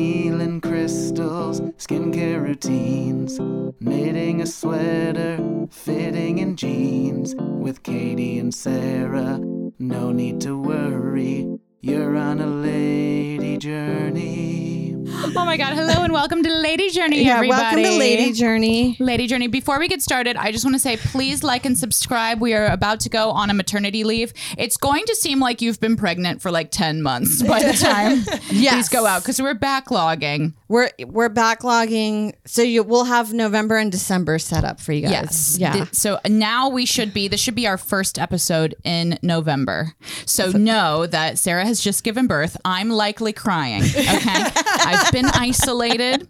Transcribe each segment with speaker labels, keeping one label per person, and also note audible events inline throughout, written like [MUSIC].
Speaker 1: Healing crystals, skincare routines, knitting a sweater, fitting in jeans. With Katie and Sarah, no need to worry, you're on a lady journey.
Speaker 2: Oh my God. Hello and welcome to Lady Journey, everybody.
Speaker 3: welcome to Lady Journey.
Speaker 2: Lady Journey, before we get started, I just want to say please like and subscribe. We are about to go on a maternity leave. It's going to seem like you've been pregnant for like 10 months by
Speaker 3: [LAUGHS]
Speaker 2: the time these go out because we're backlogging.
Speaker 3: We're we're backlogging, so you we'll have November and December set up for you guys.
Speaker 2: Yes.
Speaker 3: yeah.
Speaker 2: Th- so now we should be, this should be our first episode in November. So know that Sarah has just given birth. I'm likely crying. Okay.
Speaker 4: [LAUGHS]
Speaker 2: I've been isolated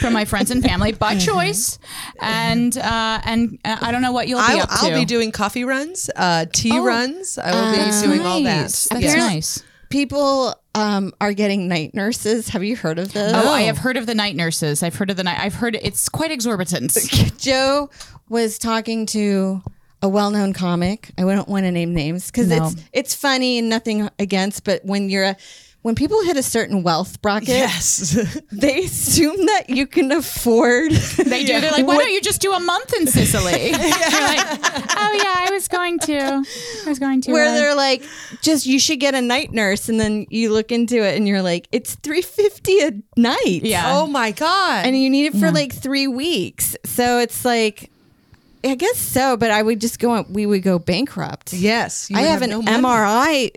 Speaker 2: from my friends and family by
Speaker 4: Mm-hmm.
Speaker 2: choice. And, uh, and uh, I don't know what you'll be
Speaker 4: I'll,
Speaker 2: up to.
Speaker 4: I'll be doing coffee runs, uh, tea runs. I will
Speaker 3: That's
Speaker 4: be doing all
Speaker 2: Nice.
Speaker 4: that.
Speaker 2: That's
Speaker 4: Yeah. [LAUGHS]
Speaker 2: nice.
Speaker 3: People um, are getting night nurses. Have you heard of this?
Speaker 2: Oh, I have heard of the night nurses. I've heard of the night. I've heard it's quite
Speaker 4: [LAUGHS]
Speaker 2: exorbitant.
Speaker 3: [LAUGHS] Joe was talking to a well-known comic. I wouldn't want to name names because
Speaker 2: No.
Speaker 3: it's it's funny and nothing against, but when you're a when people hit a certain wealth bracket,
Speaker 4: Yes. [LAUGHS]
Speaker 3: they assume that you can
Speaker 2: [LAUGHS]
Speaker 3: afford.
Speaker 2: They do. They're like, why don't you just do a month in
Speaker 4: [LAUGHS]
Speaker 2: Sicily? You're like, oh yeah, I was going to. I was going to.
Speaker 3: where
Speaker 2: uh,
Speaker 3: they're like, just you should get a night nurse, and then you look into it and you're like, it's three fifty a night.
Speaker 2: yeah.
Speaker 4: oh my God.
Speaker 3: and you need it for like three weeks. So it's like, I guess so, but I would just go. We would go bankrupt.
Speaker 4: yes. you
Speaker 3: I
Speaker 4: would
Speaker 3: have, an
Speaker 4: no money.
Speaker 3: MRI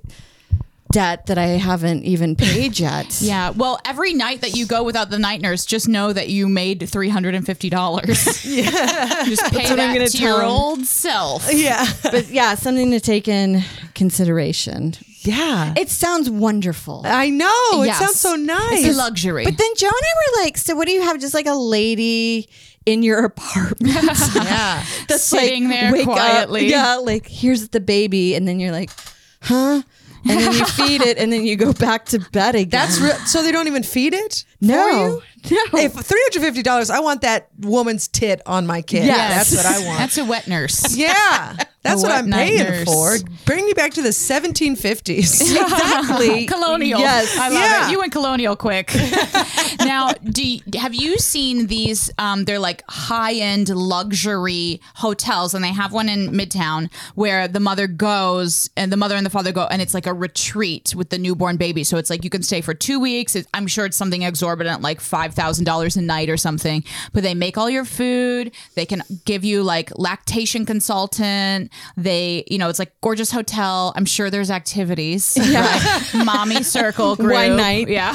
Speaker 3: debt that I haven't even paid yet.
Speaker 2: Yeah. Well, every night that you go without the night nurse, just know that you made three hundred and fifty dollars. yeah. Just pay
Speaker 3: what I'm
Speaker 2: that
Speaker 3: gonna
Speaker 2: to your
Speaker 3: tell 'em.
Speaker 2: old self.
Speaker 4: [LAUGHS] Yeah.
Speaker 3: but yeah, something to take in consideration.
Speaker 4: Yeah.
Speaker 3: It sounds wonderful.
Speaker 4: I know.
Speaker 2: Yes.
Speaker 4: It sounds so nice.
Speaker 2: It's a luxury.
Speaker 3: But then Joe and I were like, so what do you have? Just like a lady in your [LAUGHS] apartment.
Speaker 4: yeah.
Speaker 3: [LAUGHS] That's
Speaker 2: Sitting there
Speaker 3: up.
Speaker 2: quietly.
Speaker 3: Yeah, like here's the baby, and then you're like, huh? And [LAUGHS] then you feed it, and then you go back to bed again.
Speaker 4: That's real. So they don't even feed it?
Speaker 3: no, no.
Speaker 4: If $350, I want that woman's tit on my kid. Yeah,
Speaker 3: Yes.
Speaker 4: That's
Speaker 2: [LAUGHS]
Speaker 4: what I want.
Speaker 2: That's a wet nurse.
Speaker 4: yeah. That's what
Speaker 2: What
Speaker 4: I'm
Speaker 2: night
Speaker 4: paying
Speaker 2: nurse.
Speaker 4: for. Bring me back to the [LAUGHS] 1750s.
Speaker 3: exactly
Speaker 2: colonial.
Speaker 3: Yes,
Speaker 2: I love
Speaker 4: Yeah.
Speaker 2: it. You went colonial quick. now, do you, have you seen these? Um, they're like high end luxury hotels, and they have one in Midtown where the mother goes and the mother and the father go, and it's like a retreat with the newborn baby. So it's like you can stay for two weeks. It's, I'm sure it's something exorbitant, like five thousand dollars a night or something. But they make all your food. They can give you like lactation consultant. They, you know, it's like gorgeous hotel. I'm sure there's activities. Yeah, mommy circle group.
Speaker 3: Wine night. [LAUGHS]
Speaker 2: Yeah.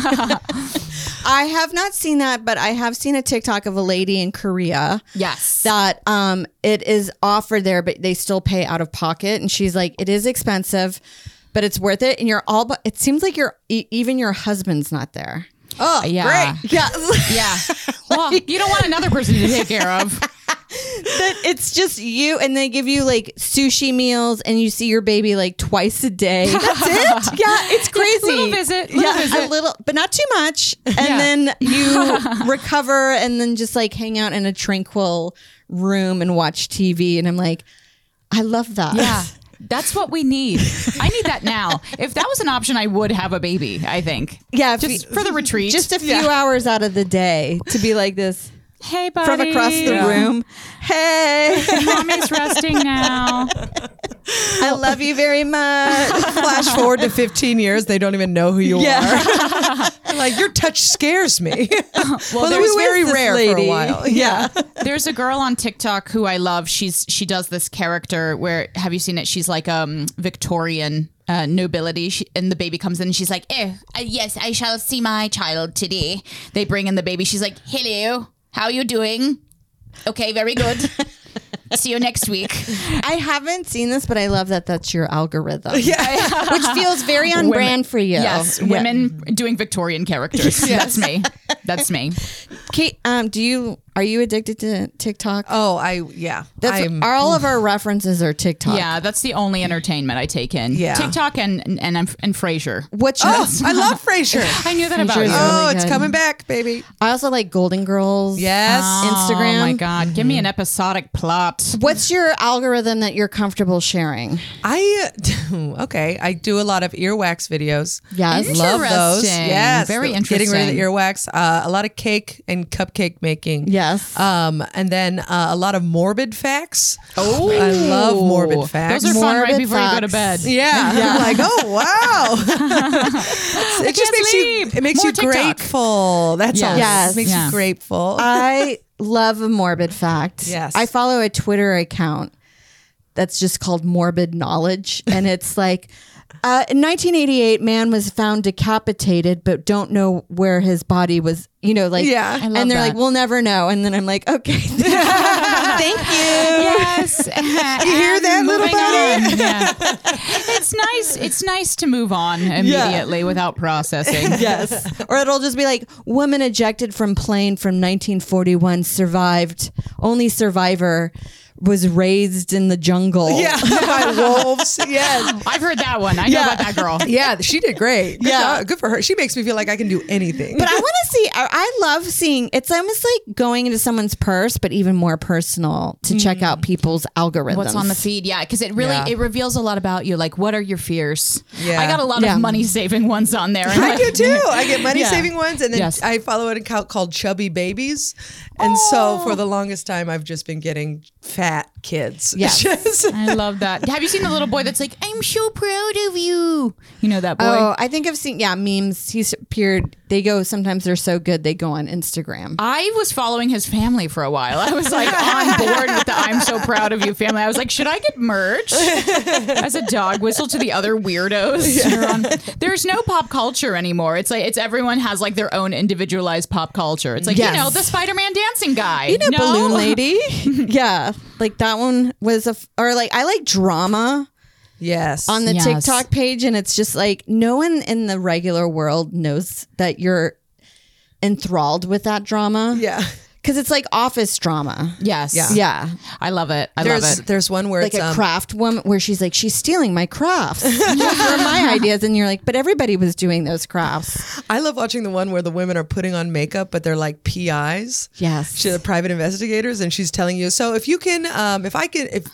Speaker 3: I have not seen that, but I have seen a TikTok of a lady in Korea.
Speaker 2: yes.
Speaker 3: that um it is offered there but they still pay out of pocket and she's like it is expensive but it's worth it and you're all but it seems like you're e- even your husband's not there Ah.
Speaker 4: Oh,
Speaker 2: Yeah.
Speaker 4: great.
Speaker 3: yeah [LAUGHS]
Speaker 2: Yeah. Well, you don't want another person to take care
Speaker 3: [LAUGHS]
Speaker 2: of.
Speaker 3: but it's just you and they give you like sushi meals and you see your baby like twice
Speaker 2: [LAUGHS]
Speaker 3: a day that's it yeah it's crazy
Speaker 2: Little visit, little
Speaker 3: yeah
Speaker 2: visit.
Speaker 3: a little but not too much and
Speaker 2: Yeah.
Speaker 3: then
Speaker 2: [LAUGHS]
Speaker 3: you recover and then just like hang out in a tranquil room and watch tv and i'm like i love that
Speaker 2: Yeah. That's what we need. I need that now. If that was an option, I would have a baby, I think.
Speaker 3: Yeah, if
Speaker 2: Just
Speaker 3: you-
Speaker 2: for the retreat.
Speaker 3: just a few hours out of the day to be like this
Speaker 2: hey, buddy.
Speaker 3: from across the room.
Speaker 2: [LAUGHS]
Speaker 3: Hey,
Speaker 2: Mommy's resting now.
Speaker 3: I love you very much.
Speaker 4: Flash forward to 15 years, they don't even know who
Speaker 3: [LAUGHS]
Speaker 4: you
Speaker 3: Yeah.
Speaker 4: are. like, your touch scares me. [LAUGHS] well,
Speaker 2: there
Speaker 4: it was
Speaker 2: was
Speaker 4: very
Speaker 3: this
Speaker 4: rare for
Speaker 3: lady?
Speaker 4: a while. Yeah.
Speaker 2: There's a girl on TikTok who I love. She's she does this character where have you seen it? She's like um Victorian uh, nobility, she, and the baby comes in, and she's like, "Eh, uh, yes, I shall see my child today." They bring in the baby. She's like, "Hello, how you doing? Okay, very [LAUGHS] good. see you next week."
Speaker 3: I haven't seen this, but I love that that's your
Speaker 2: [LAUGHS]
Speaker 3: algorithm. Yeah, which feels very on brand for you.
Speaker 2: Yes, [LAUGHS] women doing Victorian characters. That's me. That's me.
Speaker 3: Kate, um, do you Are you addicted to TikTok?
Speaker 4: Oh, I yeah.
Speaker 3: That's
Speaker 4: I'm
Speaker 3: [LAUGHS] all of our references are TikTok.
Speaker 2: Yeah, that's the only entertainment I take in.
Speaker 4: Yeah.
Speaker 2: TikTok and and and, and Frasier.
Speaker 3: Which
Speaker 4: Oh, I love Frasier.
Speaker 2: I knew that about
Speaker 3: Frasier's
Speaker 2: you.
Speaker 3: really
Speaker 4: Oh, it's
Speaker 3: good.
Speaker 4: coming back, baby. Um,
Speaker 3: I also like Golden Girls.
Speaker 4: Yes.
Speaker 3: Instagram.
Speaker 2: Oh my god, give me an episodic plot.
Speaker 3: What's your algorithm that you're comfortable sharing?
Speaker 4: [LAUGHS] I [LAUGHS] okay. I do a lot of earwax videos.
Speaker 3: Yes.
Speaker 4: love those.
Speaker 2: Interesting.
Speaker 4: Yes,
Speaker 2: Very
Speaker 4: Getting rid of
Speaker 2: interesting.
Speaker 4: the earwax. Uh, a lot of cake and cupcake making.
Speaker 3: Yes.
Speaker 4: Um, and then uh, a lot of morbid facts. Oh, I love morbid facts.
Speaker 2: Those are fun right
Speaker 3: Morbid
Speaker 2: before you go to bed. [LAUGHS]
Speaker 3: facts.
Speaker 4: yeah, I'm like oh wow. it just
Speaker 2: can't
Speaker 4: makes
Speaker 2: sleep.
Speaker 4: you it makes
Speaker 2: More
Speaker 4: you
Speaker 2: TikTok.
Speaker 4: grateful. That's all.
Speaker 3: Yes. Uh,
Speaker 4: It makes
Speaker 2: Yeah.
Speaker 4: you grateful.
Speaker 3: I love a morbid fact.
Speaker 4: Yes.
Speaker 3: I follow a Twitter account that's just called Morbid Knowledge. And it's like, uh, in 1988, man was found decapitated, but don't know where his body was, you know, like,
Speaker 4: Yeah. I
Speaker 3: And
Speaker 2: love
Speaker 3: they're
Speaker 2: that.
Speaker 3: like, we'll never know. And then I'm like, okay. [LAUGHS]
Speaker 4: [LAUGHS]
Speaker 3: Thank you.
Speaker 2: [LAUGHS] Yes. you hear
Speaker 4: that, little buddy? [LAUGHS]
Speaker 2: It's nice. It's nice to move on immediately without
Speaker 4: [LAUGHS]
Speaker 2: processing.
Speaker 3: Yes. Or it'll just be like, woman ejected from plane from 1941 survived, only survivor was raised in the jungle. [LAUGHS]
Speaker 4: [LAUGHS] yeah, by wolves. Yes.
Speaker 2: I've heard that one. I know about that
Speaker 4: [LAUGHS]
Speaker 2: girl.
Speaker 4: Yeah, she did great. Good
Speaker 3: Yeah.
Speaker 4: job. good for her. She makes me feel like I can do anything.
Speaker 3: But I want to see. I, I love seeing. It's almost like going into someone's purse, but even more personal to check out people's algorithms.
Speaker 2: Hmm. What's on the feed? Yeah, because it really
Speaker 4: Yeah.
Speaker 2: it reveals a lot about you. Like, what are your fears?
Speaker 4: Yeah.
Speaker 2: I got a lot
Speaker 3: Yeah.
Speaker 2: of money saving ones on there. [LAUGHS]
Speaker 4: I do too. I get money saving ones, and then
Speaker 2: Yes.
Speaker 4: I follow an account called Chubby Babies, and so for the longest time, I've just been getting fat kids.
Speaker 3: Yes.
Speaker 4: Just-
Speaker 2: I love that. Have you seen the little boy that's like, "I'm so proud of you"? You know that boy.
Speaker 3: Oh, I think I've seen. Yeah, memes. He's appeared. They go. Sometimes they're so good they go on Instagram.
Speaker 2: I was following his family for a while. I was like on board with the "I'm so proud of you" family. I was like, should I get
Speaker 4: [LAUGHS]
Speaker 2: merch as a dog whistle to the other weirdos? You're on- There's no pop culture anymore. It's like it's everyone has like their own individualized pop culture. It's like
Speaker 3: Yes.
Speaker 2: you know the Spider-Man dancing guy,
Speaker 3: You know,
Speaker 2: No?
Speaker 3: balloon lady. [LAUGHS] yeah, like that one was a. f- Or like I like drama
Speaker 4: [LAUGHS] yes.
Speaker 3: on the
Speaker 2: Yes.
Speaker 3: TikTok page, and it's just like no one in the regular world knows that you're enthralled with that drama.
Speaker 4: yeah.
Speaker 3: because it's like office drama.
Speaker 2: Yes,
Speaker 4: Yeah.
Speaker 3: Yeah.
Speaker 2: I love it. I love
Speaker 4: There's
Speaker 2: it.
Speaker 4: there's one where
Speaker 3: like
Speaker 4: it's
Speaker 3: a
Speaker 4: um,
Speaker 3: craft woman where she's like she's stealing my crafts [LAUGHS] Those were my ideas and you're like but everybody was doing those crafts
Speaker 4: I love watching the one where the women are putting on makeup, but they're like PIs.
Speaker 3: Yes.
Speaker 4: She's a private investigators, and she's telling you. So if you can, um, if I can, if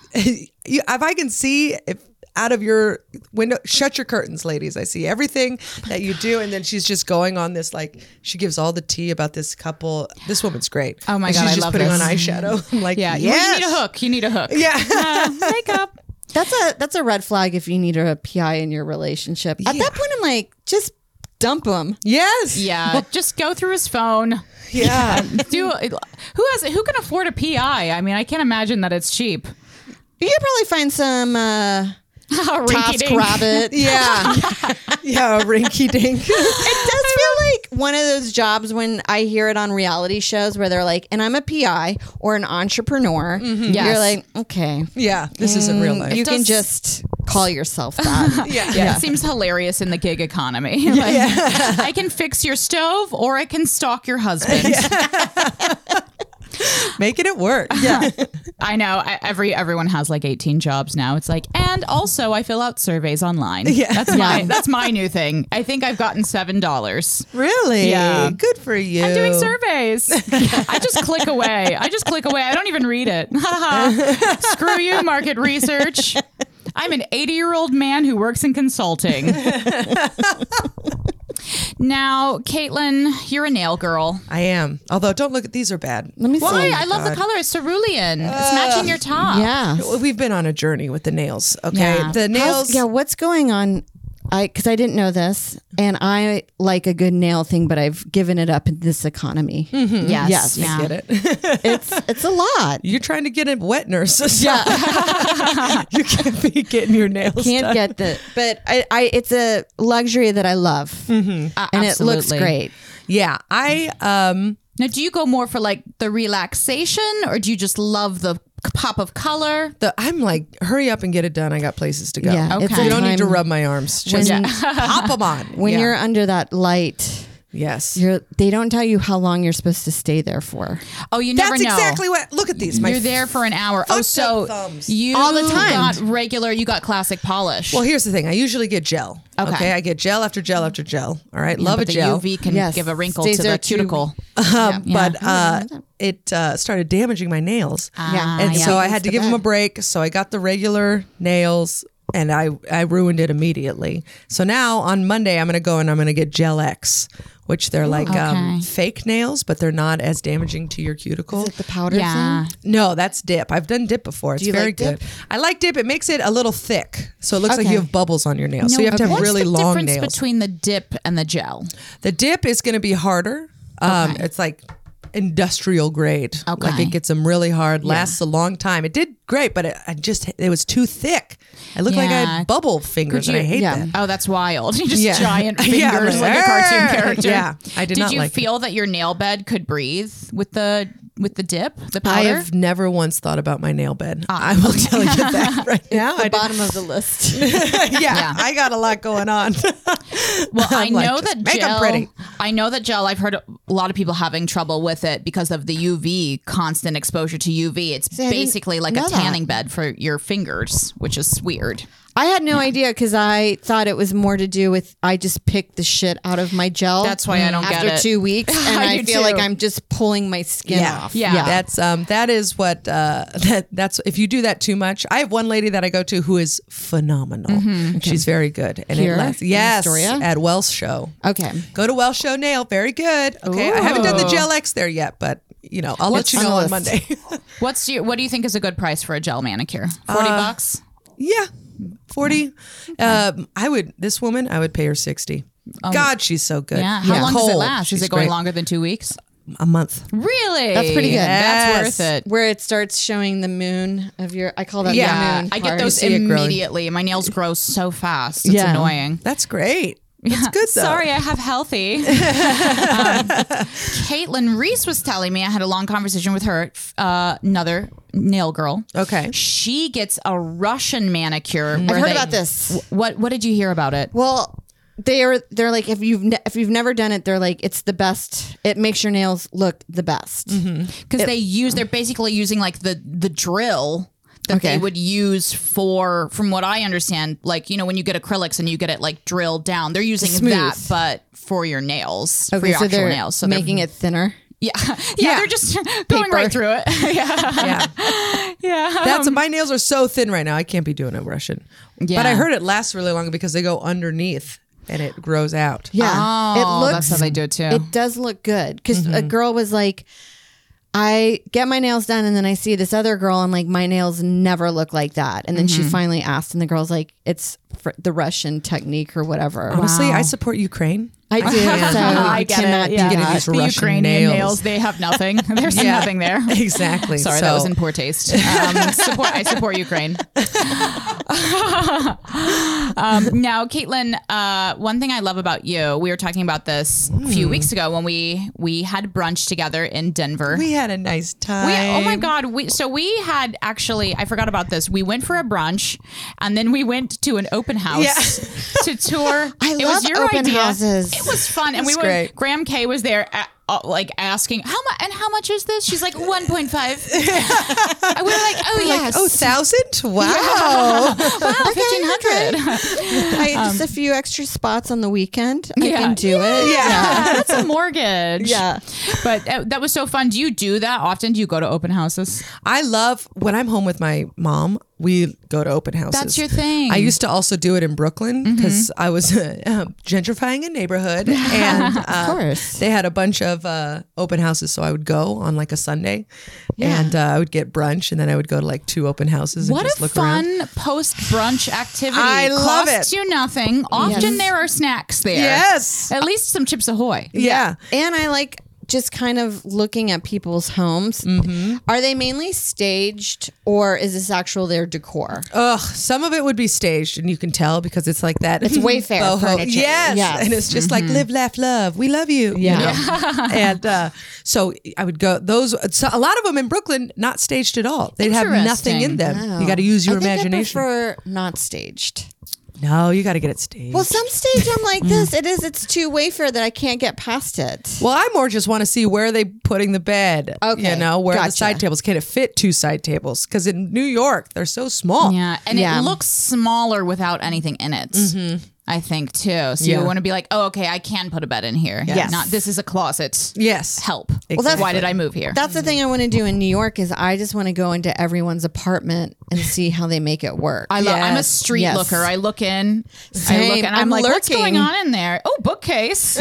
Speaker 4: [LAUGHS] you, if I can see if out of your window, shut your curtains, ladies. I see everything
Speaker 2: Oh
Speaker 4: that you do, and then she's just going on this like she gives all the tea about this couple. This woman's great.
Speaker 2: Oh my
Speaker 4: And
Speaker 2: God,
Speaker 4: She's
Speaker 2: I
Speaker 4: just
Speaker 2: love
Speaker 4: putting
Speaker 2: this.
Speaker 4: on eyeshadow. [LAUGHS] I'm like,
Speaker 2: Yeah,
Speaker 4: yeah,
Speaker 2: you- you need a hook. You need a hook.
Speaker 4: [LAUGHS] Yeah.
Speaker 2: Uh, makeup.
Speaker 3: that's a that's a red flag if you need a pi in your relationship at that point i'm like just dump them
Speaker 4: Yes.
Speaker 2: Yeah, just go through his phone.
Speaker 4: Yeah.
Speaker 2: [LAUGHS] Do who has who can afford a PI? I mean, I can't imagine that it's cheap.
Speaker 3: you could probably find some uh
Speaker 2: [LAUGHS]
Speaker 3: task
Speaker 2: Rinky-dink.
Speaker 3: rabbit [LAUGHS] yeah
Speaker 4: yeah. Rinky dink.
Speaker 3: it does feel like one of those jobs when I hear it on reality shows where they're like, and I'm a PI or an entrepreneur.
Speaker 2: Yes.
Speaker 3: You're like, okay,
Speaker 4: [LAUGHS] yeah. This isn't real life.
Speaker 3: you can
Speaker 2: does-
Speaker 3: just call yourself that.
Speaker 4: yeah.
Speaker 2: Yeah. It seems hilarious in the gig economy. [LAUGHS] Like, I can fix your stove or I can stalk your husband. [LAUGHS]
Speaker 4: Making
Speaker 2: [LAUGHS]
Speaker 4: it work.
Speaker 2: Yeah. I know. I, every everyone has like 18 jobs now. It's like, and also I fill out surveys online. [LAUGHS] Yeah. That's my that's my new thing. I think I've gotten seven dollars.
Speaker 4: Really?
Speaker 2: Yeah.
Speaker 4: Good for you.
Speaker 2: I'm doing
Speaker 4: [LAUGHS]
Speaker 2: surveys. I just click away. I just click away. I don't even read it. [LAUGHS] Ha, ha, ha. Screw you, market research. I'm an 80 year old man who works in
Speaker 4: [LAUGHS]
Speaker 2: consulting. now, Caitlin, you're a nail girl.
Speaker 4: I am. Although, don't look at these are bad.
Speaker 3: Let me
Speaker 2: Why?
Speaker 3: see.
Speaker 2: I love the color. It's cerulean. it's matching your top.
Speaker 3: yeah.
Speaker 4: We've been on a journey with the nails. Okay,
Speaker 2: Yeah.
Speaker 4: the
Speaker 3: How's-
Speaker 4: nails.
Speaker 3: yeah, what's going on? I because I didn't know this, and I like a good nail thing, but I've given it up in this economy.
Speaker 2: Yes.
Speaker 3: Yes.
Speaker 2: Yeah. [LAUGHS]
Speaker 4: Get it?
Speaker 3: It's it's a lot.
Speaker 4: You're trying to get a wet nurse. Yeah, [LAUGHS] you can't be getting your nails.
Speaker 3: Can't
Speaker 4: done.
Speaker 3: get the, but I, I it's a luxury that I love,
Speaker 2: Uh,
Speaker 3: and it looks
Speaker 2: absolutely.
Speaker 3: great.
Speaker 4: Yeah, I um.
Speaker 2: Now, do you go more for like the relaxation or do you just love the pop of color?
Speaker 4: The, I'm like, hurry up and get it done. I got places to go.
Speaker 3: Yeah,
Speaker 2: Okay.
Speaker 3: a
Speaker 4: You don't need to
Speaker 3: time
Speaker 4: rub my arms. Just
Speaker 3: when-
Speaker 4: pop them on.
Speaker 3: when
Speaker 4: Yeah.
Speaker 3: you're under that light.
Speaker 4: Yes.
Speaker 3: You're, they don't tell you how long you're supposed to stay there for.
Speaker 2: Oh, you never
Speaker 4: That's
Speaker 2: know.
Speaker 4: exactly what. Look at these. My
Speaker 2: You're there for an hour.
Speaker 4: fucked
Speaker 2: Oh,
Speaker 4: up
Speaker 2: so
Speaker 4: thumbs.
Speaker 2: you
Speaker 3: All the time.
Speaker 2: got regular. You got classic polish.
Speaker 4: Well, here's the thing. I usually get gel.
Speaker 2: Okay.
Speaker 4: Okay. I get gel after gel after gel. All right. Love
Speaker 2: but
Speaker 4: a
Speaker 2: the
Speaker 4: gel.
Speaker 2: UV can
Speaker 3: Yes.
Speaker 2: give a wrinkle
Speaker 3: Stays
Speaker 2: to
Speaker 3: there
Speaker 2: the
Speaker 3: two
Speaker 2: cuticle.
Speaker 4: But uh, it uh, started damaging my nails.
Speaker 2: Ah,
Speaker 4: and
Speaker 2: yeah.
Speaker 4: so I had
Speaker 3: That's
Speaker 4: to
Speaker 3: the
Speaker 4: give them a
Speaker 3: bad.
Speaker 4: break. So I got the regular nails and I, I ruined it immediately. So now on Monday, I'm going to go and I'm going to get Gel X, which they're like um,
Speaker 2: Okay.
Speaker 4: fake nails, but they're not as damaging to your cuticle.
Speaker 3: The powder
Speaker 2: yeah.
Speaker 3: thing?
Speaker 4: No, that's dip. I've done dip before. It's
Speaker 3: you
Speaker 4: very
Speaker 3: like
Speaker 4: good.
Speaker 3: dip?
Speaker 4: I like dip. It makes it a little thick. So it looks like you
Speaker 3: Okay.
Speaker 4: have bubbles on your nails. so you have to have
Speaker 2: what's
Speaker 4: really
Speaker 2: the
Speaker 4: long
Speaker 2: difference
Speaker 4: nails.
Speaker 2: between the dip and the gel?
Speaker 4: the dip is going to be harder. Um, It's like industrial grade. Like
Speaker 2: Okay.
Speaker 4: it gets them really hard, lasts a long time. It did great, but it, I just, it was too thick. I looked like I
Speaker 2: Yeah.
Speaker 4: had bubble fingers and I hate
Speaker 3: yeah.
Speaker 4: that.
Speaker 2: Oh, that's wild. [LAUGHS] You just
Speaker 4: Yeah.
Speaker 2: giant fingers
Speaker 4: [LAUGHS] Yeah,
Speaker 2: like,
Speaker 4: like,
Speaker 2: a cartoon
Speaker 4: "Arr!"
Speaker 2: character.
Speaker 4: Yeah, I did not
Speaker 2: you
Speaker 4: like it.
Speaker 2: feel that your nail bed could breathe with the with the dip, the powder? Ah.
Speaker 4: I have never once thought about my nail bed. I will tell you
Speaker 2: [LAUGHS]
Speaker 4: that right now. I
Speaker 3: Oh, The
Speaker 4: did-
Speaker 3: bottom of the list.
Speaker 4: yeah, I got a lot going on.
Speaker 2: Well, I
Speaker 4: I'm like,
Speaker 2: know
Speaker 4: just
Speaker 2: that
Speaker 4: make 'em
Speaker 2: gel.
Speaker 4: pretty.
Speaker 2: I know that gel. I've heard a lot of people having trouble with it because of the UV constant exposure to UV. It's
Speaker 3: I didn't
Speaker 2: basically like a
Speaker 3: know that.
Speaker 2: tanning bed for your fingers, which is weird.
Speaker 3: I had no idea because I thought it was more to do with I just picked the shit out of my gel.
Speaker 2: That's why I don't
Speaker 3: after
Speaker 2: get it.
Speaker 3: two weeks, and
Speaker 2: [LAUGHS] I
Speaker 3: I,
Speaker 2: do
Speaker 3: feel
Speaker 2: too.
Speaker 3: like I'm just pulling my skin
Speaker 4: [LAUGHS]
Speaker 3: off.
Speaker 2: [LAUGHS] Yeah.
Speaker 4: That's um that is what uh [LAUGHS] that that's if you do that too much. I have one lady that I go to who is phenomenal.
Speaker 2: Mm-hmm.
Speaker 4: She's very good. And
Speaker 3: Here
Speaker 4: it lasts yes
Speaker 3: Astoria?
Speaker 4: at Wells Show.
Speaker 3: Okay.
Speaker 4: Go to Wells Show Nail. Very good. Okay. I haven't done the
Speaker 2: Ooh.
Speaker 4: gel X there yet, but you know, I'll
Speaker 3: What's
Speaker 4: let you
Speaker 3: on
Speaker 4: know
Speaker 3: the
Speaker 4: on
Speaker 3: list?
Speaker 4: Monday. [LAUGHS]
Speaker 2: What's your, what do you think is a good price for a gel manicure? Forty bucks.
Speaker 4: yeah. 40. Um I would this woman, I would pay her 60. God, she's so good.
Speaker 2: Um, Yeah. How
Speaker 4: Yeah.
Speaker 2: long does it
Speaker 4: Cold.
Speaker 2: last? Is
Speaker 4: She's
Speaker 2: it going
Speaker 4: great.
Speaker 2: longer than two weeks?
Speaker 4: A month.
Speaker 2: Really?
Speaker 3: That's pretty good.
Speaker 2: That's
Speaker 4: Yes.
Speaker 2: worth it.
Speaker 3: Where it starts showing the moon of your, I call that the
Speaker 2: Yeah,
Speaker 3: moon.
Speaker 2: I get
Speaker 3: part.
Speaker 2: those
Speaker 4: see it growing.
Speaker 2: immediately. My nails grow so fast. It's
Speaker 3: Yeah.
Speaker 2: annoying.
Speaker 4: That's great. That's good though.
Speaker 2: Sorry, I have healthy. um, Caitlin Reese was telling me I had a long conversation with her, uh, another nail girl.
Speaker 4: Okay.
Speaker 2: She gets a Russian manicure.
Speaker 3: I've heard about this.
Speaker 2: What What did you hear about it?
Speaker 3: Well, they're they're like if you've ne- if you've never done it, they're like it's the best. It makes your nails look the best.
Speaker 2: Mm-hmm. Because they use they're basically using like the the drill. That
Speaker 3: Okay.
Speaker 2: they would use for, from what I understand, like you know when you get acrylics and you get it like drilled down, they're using
Speaker 3: Smooth.
Speaker 2: that, but for your nails, for your
Speaker 3: so
Speaker 2: actual
Speaker 3: they're
Speaker 2: nails. So they're- [LAUGHS]
Speaker 3: making it thinner.
Speaker 2: yeah, yeah, they're just [LAUGHS] going right through it. [LAUGHS] yeah,
Speaker 4: Yeah.
Speaker 2: yeah.
Speaker 4: That's my nails are so thin right now. I can't be doing a Russian. But I
Speaker 2: Yeah.
Speaker 4: heard it lasts really long because they go underneath and it grows out.
Speaker 3: Yeah,
Speaker 2: Oh,
Speaker 3: it
Speaker 2: that's
Speaker 3: looks
Speaker 2: how they do it too.
Speaker 3: it does look good because a
Speaker 2: Mm-hmm.
Speaker 3: girl was like i get my nails done and then i see this other girl and like my nails never look like that and then
Speaker 2: Mm-hmm.
Speaker 3: she finally asked and the girl's like it's fr- the russian technique or whatever
Speaker 2: Oh.
Speaker 4: Honestly, I support
Speaker 2: [LAUGHS]
Speaker 4: Ukraine.
Speaker 3: [LAUGHS] i do
Speaker 4: Yeah.
Speaker 3: so
Speaker 4: I
Speaker 3: you cannot
Speaker 4: yeah.
Speaker 3: do [LAUGHS]
Speaker 4: Getting
Speaker 3: that
Speaker 4: these Russian nails.
Speaker 2: they have nothing.
Speaker 4: [LAUGHS]
Speaker 2: There's nothing there.
Speaker 4: Exactly.
Speaker 2: Sorry, that
Speaker 4: So-
Speaker 2: was in poor taste. Um, support, I support Ukraine.
Speaker 4: [LAUGHS]
Speaker 2: um, now, Caitlin, uh, one thing I love about you, we were talking about this a
Speaker 4: Hmm.
Speaker 2: few weeks ago when we we had brunch together in Denver.
Speaker 4: We had a nice time.
Speaker 2: We, oh
Speaker 3: Um,
Speaker 2: my god! We, so we had actually, I forgot about this. We went for a brunch, and then we went to an open house
Speaker 3: [LAUGHS]
Speaker 2: to tour.
Speaker 3: I
Speaker 2: it
Speaker 3: love
Speaker 2: was your
Speaker 3: open
Speaker 2: idea.
Speaker 3: houses.
Speaker 2: It was fun, and we were.
Speaker 4: great.
Speaker 2: Graham K was there, at, uh, like asking how much and how much is this? She's like one point
Speaker 3: [LAUGHS]
Speaker 2: five. And we were like, oh yes,
Speaker 4: Oh, thousand?
Speaker 2: [LAUGHS]
Speaker 3: Oh.
Speaker 4: Wow.
Speaker 3: [LAUGHS]
Speaker 2: wow, fifteen hundred. [LAUGHS] Um,
Speaker 3: I, just a few extra spots on the weekend i
Speaker 2: Yeah.
Speaker 3: can do it
Speaker 2: Yeah, that's a mortgage.
Speaker 3: Yeah.
Speaker 2: but uh, that was so fun. Do you do that often? Do you go to open houses?
Speaker 4: I love when I'm home with my mom, we go to open houses.
Speaker 2: That's your thing. Mm-hmm.
Speaker 4: I used to also do it in Brooklyn because I was [LAUGHS] uh, um, gentrifying
Speaker 2: [LAUGHS]
Speaker 4: a neighborhood. And uh,
Speaker 3: course.
Speaker 4: they had a bunch of uh, open houses. So I would go on like a Sunday and uh, I would get brunch and then I would go to like two open houses
Speaker 2: What
Speaker 4: and just
Speaker 2: a
Speaker 4: look
Speaker 2: fun
Speaker 4: around.
Speaker 2: post brunch activity.
Speaker 4: I love
Speaker 2: Costs
Speaker 4: it.
Speaker 2: you nothing. Often there are snacks there.
Speaker 4: Yes.
Speaker 2: At least some Chips Ahoy.
Speaker 4: Yeah.
Speaker 3: and i like just kind of looking at people's homes
Speaker 2: Mm-hmm.
Speaker 3: are they mainly staged or is this actual their decor
Speaker 4: Ugh, some of it would be staged, and you can tell because it's like that. It's
Speaker 3: Wayfair furniture.
Speaker 4: Yes.
Speaker 3: Yes. Mm-hmm.
Speaker 4: And it's just like live, laugh, love. We love you. you
Speaker 3: Yeah.
Speaker 4: know?
Speaker 3: [LAUGHS]
Speaker 4: and uh, so I would go, those, so a lot of them in Brooklyn, not staged at all. They'd have nothing in them. You got to use your
Speaker 3: I think I
Speaker 4: imagination.
Speaker 3: prefer not staged
Speaker 4: No, you got to get it staged.
Speaker 3: Well,
Speaker 4: Well,
Speaker 3: some stage I'm
Speaker 4: Mm.
Speaker 3: like this. It is. It's too wafer that I can't get past it.
Speaker 4: I more just want to see where are they putting the bed.
Speaker 3: Okay,
Speaker 4: you know where are the
Speaker 3: gotcha.
Speaker 4: side tables can it fit two side tables? Because in New York they're so small.
Speaker 2: Yeah, and
Speaker 3: Yeah.
Speaker 2: it looks smaller without anything in it. I think too. So
Speaker 4: Yeah.
Speaker 2: you want to be like, oh, okay, I can put a bed in here.
Speaker 3: Yes.
Speaker 2: Not this is a closet.
Speaker 4: Yes.
Speaker 2: Help. Well,
Speaker 3: that's-
Speaker 2: why did I move here?
Speaker 3: That's the thing I want to do in New York is I just want to go into everyone's apartment and see how they make it work.
Speaker 2: I love. I'm a
Speaker 4: Yes.
Speaker 2: street
Speaker 3: Yes.
Speaker 2: looker. I look in. I look
Speaker 3: Same.
Speaker 2: and I'm,
Speaker 3: I'm
Speaker 2: like, what's
Speaker 3: lurking.
Speaker 2: going on in there? Oh, [LAUGHS] bookcase.
Speaker 3: [GASPS]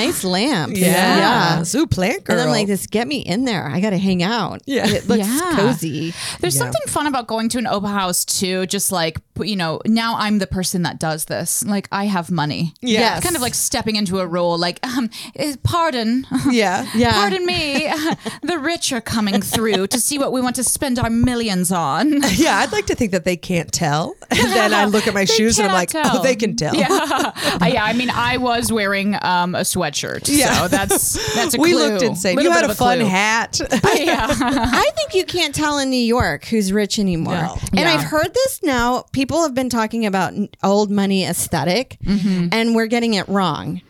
Speaker 3: nice lamps.
Speaker 4: Yeah. Ooh, plant girl.
Speaker 3: And I'm like, this get me in there. I got to hang out.
Speaker 4: Yeah.
Speaker 3: It looks
Speaker 2: Yeah.
Speaker 3: cozy.
Speaker 2: There's something fun about going to an open house too. Just like you know, now I'm the person that does this. Like I have money.
Speaker 4: Yes.
Speaker 2: It's kind of like stepping into a role. Like, um, eh, pardon. [LAUGHS]
Speaker 4: yeah.
Speaker 3: Yeah.
Speaker 2: Pardon me. [LAUGHS] the rich are coming through to see what we want to spend our millions
Speaker 4: [LAUGHS]
Speaker 2: on.
Speaker 4: Yeah, I'd like to think that they can't tell. [LAUGHS] And then I look at my
Speaker 2: [LAUGHS] They
Speaker 4: shoes and I'm like,
Speaker 2: cannot tell.
Speaker 4: oh, they can tell.
Speaker 2: Yeah, [LAUGHS] Uh, yeah. I mean, I was wearing um, a sweatshirt,
Speaker 4: Yeah.
Speaker 2: so that's that's a
Speaker 4: [LAUGHS] we
Speaker 2: clue.
Speaker 4: looked insane.
Speaker 2: Little
Speaker 4: You
Speaker 2: bit
Speaker 4: had
Speaker 2: of
Speaker 4: a fun
Speaker 2: clue. [LAUGHS]
Speaker 4: hat.
Speaker 2: yeah. [LAUGHS]
Speaker 3: [LAUGHS] I think you can't tell in New York who's rich anymore.
Speaker 4: No.
Speaker 3: And
Speaker 2: Yeah.
Speaker 3: I've heard this now. People have been talking about n- old money esthetic
Speaker 2: Mm-hmm.
Speaker 3: and we're getting it wrong.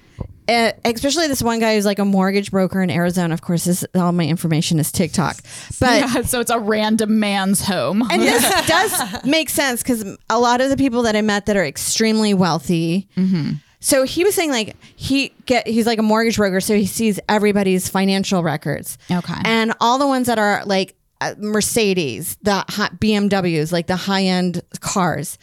Speaker 3: Uh, especially this one guy who's like a mortgage broker in Arizona. Of course, this all my information is TikTok, but
Speaker 2: Yeah, so it's a random man's home.
Speaker 3: and this does make sense because a lot of the people that I met that are extremely wealthy.
Speaker 2: Mm-hmm.
Speaker 3: So he was saying like he get he's like a mortgage broker, so he sees everybody's financial records.
Speaker 2: Okay.
Speaker 3: and all the ones that are like uh, Mercedes, the hi- BMWs, like the high end cars.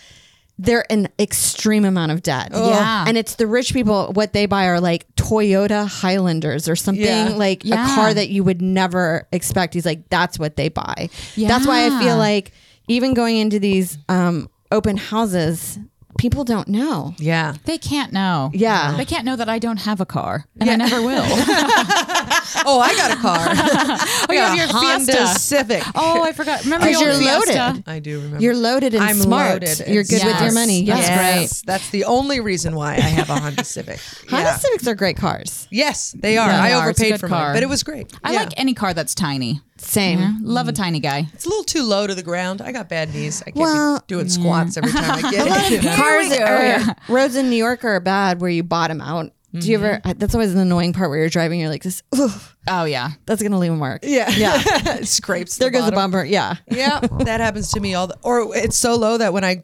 Speaker 3: They're an extreme amount of debt.
Speaker 2: Yeah.
Speaker 3: And it's the rich people, what they buy are like Toyota Highlanders or something
Speaker 4: Yeah.
Speaker 3: like a
Speaker 2: Yeah.
Speaker 3: car that you would never expect. He's like, that's what they buy. That's why I
Speaker 2: Yeah.
Speaker 3: feel like even going into these um, open houses, people don't know.
Speaker 4: [LAUGHS] yeah.
Speaker 2: they can't know.
Speaker 3: Yeah.
Speaker 2: They can't know that I don't have a car and I never will.
Speaker 4: [LAUGHS] Oh, I got a
Speaker 2: [LAUGHS]
Speaker 4: car. I got
Speaker 2: Oh, have your
Speaker 4: [LAUGHS] a Honda
Speaker 2: Fiesta.
Speaker 4: Civic.
Speaker 2: oh, I forgot. Remember
Speaker 3: 'Cause
Speaker 2: the old
Speaker 3: you're loaded.
Speaker 2: Fiesta?
Speaker 4: I do remember.
Speaker 3: You're loaded and
Speaker 4: I'm
Speaker 3: smart.
Speaker 4: loaded.
Speaker 3: You're good with your
Speaker 2: Yes.
Speaker 3: money.
Speaker 2: That's
Speaker 3: Yes.
Speaker 4: Yes. That's the only reason why I have a
Speaker 2: [LAUGHS]
Speaker 4: Honda Civic.
Speaker 3: Honda
Speaker 4: Yeah.
Speaker 3: Civics are great cars.
Speaker 4: Yes, they are.
Speaker 2: Yeah,
Speaker 4: I
Speaker 2: they are. It's a
Speaker 4: overpaid
Speaker 2: good
Speaker 4: for
Speaker 2: car.
Speaker 4: mine, but it was great.
Speaker 2: I
Speaker 4: Yeah.
Speaker 2: like any car that's tiny.
Speaker 3: Same.
Speaker 2: Yeah, Love a tiny guy.
Speaker 4: It's a little too low to the ground. I got bad knees. I can't
Speaker 3: Well,
Speaker 4: be doing squats every time
Speaker 2: [LAUGHS]
Speaker 4: I get it.
Speaker 3: cars
Speaker 2: we go.
Speaker 3: are roads in New York are bad where you bottom out. Do you ever? That's always the annoying part where you're driving. You're like this. Ugh,
Speaker 2: Oh yeah.
Speaker 3: that's gonna leave a mark.
Speaker 4: [LAUGHS] Yeah, yeah. It [LAUGHS] Scrapes.
Speaker 3: There
Speaker 4: the
Speaker 3: goes the
Speaker 4: bottom.
Speaker 3: bumper. Yeah.
Speaker 4: Yeah, that happens to me all. The, or it's so low that when I g-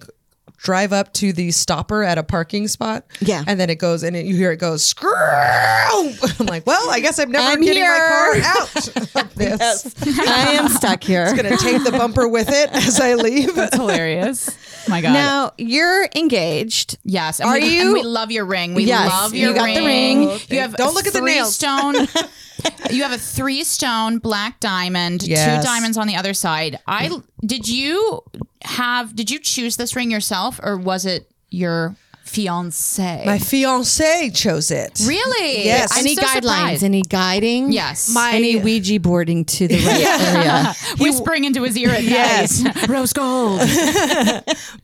Speaker 4: drive up to the stopper at a parking spot,
Speaker 3: Yeah.
Speaker 4: and then it goes and it, you hear it goes screw. [LAUGHS] I'm like, well, I guess I'm never
Speaker 3: I'm
Speaker 4: getting
Speaker 3: [LAUGHS] here.
Speaker 4: my car out. [LAUGHS] of this
Speaker 3: I am stuck here.
Speaker 4: gonna take the bumper with it [LAUGHS] as I leave.
Speaker 2: It's
Speaker 3: [LAUGHS]
Speaker 2: hilarious. My God.
Speaker 3: Now you're engaged.
Speaker 2: Yes. And
Speaker 3: Are
Speaker 2: we,
Speaker 3: you-
Speaker 2: And we love your ring. We
Speaker 3: Yes,
Speaker 2: love your
Speaker 3: you got
Speaker 2: ring.
Speaker 3: the ring.
Speaker 2: You have
Speaker 4: Don't
Speaker 2: a
Speaker 4: look at the
Speaker 2: three
Speaker 4: nails.
Speaker 2: Stone.
Speaker 3: [LAUGHS]
Speaker 2: you have a three stone black diamond.
Speaker 4: Yes.
Speaker 2: Two diamonds on the other side. I did you have? Did you choose this ring yourself, or was it your fiance?
Speaker 4: My fiance chose it.
Speaker 2: really?
Speaker 4: Yes.
Speaker 2: I'm
Speaker 3: any
Speaker 2: so
Speaker 3: guidelines?
Speaker 2: surprised.
Speaker 3: Any guiding?
Speaker 2: Yes. [LAUGHS]
Speaker 4: My-
Speaker 3: any Ouija boarding to the right area?
Speaker 2: Whispering into his ear at
Speaker 4: Yes.
Speaker 2: night. Rose gold.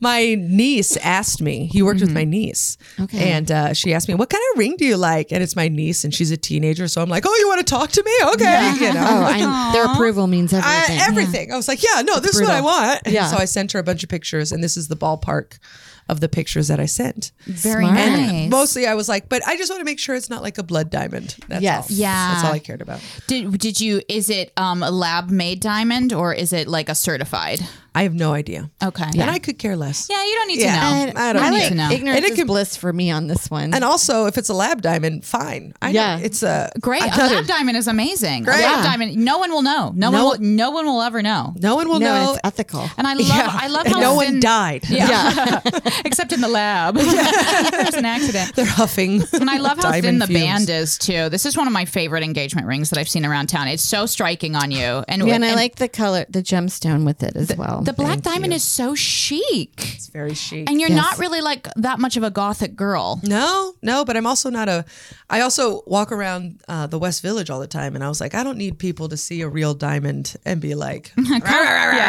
Speaker 4: my niece asked me. He worked
Speaker 3: Mm-hmm.
Speaker 4: with my niece, okay, and uh, she asked me, "What kind of ring do you like?" And it's my niece, and she's a teenager, so I'm like, "Oh, you want to talk to me? Okay, you know."
Speaker 3: Oh, i their approval means everything.
Speaker 4: I, everything. I was like, yeah, no, this is what I want. [LAUGHS]
Speaker 3: Yeah.
Speaker 4: So I sent her a bunch of pictures, and this is the ballpark of the pictures that I sent.
Speaker 2: Very
Speaker 3: Smart.
Speaker 2: nice.
Speaker 4: Mostly, I was like, but I just want to make sure it's not like a blood diamond. That's
Speaker 3: Yes.
Speaker 4: all.
Speaker 2: Yeah.
Speaker 4: That's all I cared about.
Speaker 2: Did did you? Is it um, a lab made diamond or is it like a certified?
Speaker 4: I have no idea.
Speaker 2: Okay.
Speaker 4: And I could care less.
Speaker 2: yeah, you don't need
Speaker 4: Yeah.
Speaker 2: to know.
Speaker 3: I,
Speaker 4: I don't
Speaker 3: I
Speaker 4: need
Speaker 3: like
Speaker 2: to know.
Speaker 3: ignorance
Speaker 4: And it
Speaker 3: is
Speaker 4: can-
Speaker 3: bliss for me on this one.
Speaker 4: And also, if it's a lab diamond, fine. I
Speaker 3: Yeah.
Speaker 4: know it's a
Speaker 2: Great. A
Speaker 4: another-
Speaker 2: lab diamond is amazing. A
Speaker 4: Great.
Speaker 2: lab diamond. No one will know. No,
Speaker 4: No-
Speaker 2: one will no one will ever know.
Speaker 4: No one will
Speaker 3: no, and
Speaker 4: know.
Speaker 3: it's ethical.
Speaker 2: And I love I love
Speaker 4: And
Speaker 2: how
Speaker 4: no
Speaker 2: it's [LAUGHS]
Speaker 4: one
Speaker 2: been-
Speaker 4: died.
Speaker 2: Yeah. Except in the lab. [LAUGHS] There's an accident.
Speaker 4: [LAUGHS] They're huffing.
Speaker 2: And I love how thin
Speaker 4: diamond
Speaker 2: the
Speaker 4: fumes.
Speaker 2: band is too. This is one of my favorite engagement rings that I've seen around town. It's so striking on you. And,
Speaker 3: Yeah, and I like the color, the gemstone with it as well.
Speaker 2: the black diamond is so chic.
Speaker 4: It's very chic.
Speaker 2: And you're not really like that much of a gothic
Speaker 4: [LAUGHS]
Speaker 2: girl.
Speaker 4: No, no, but I'm also not a. I also walk around uh, the West Village all the time, and I was like, I don't need people to see a real diamond and be
Speaker 2: [LAUGHS]
Speaker 4: like,
Speaker 2: Yeah,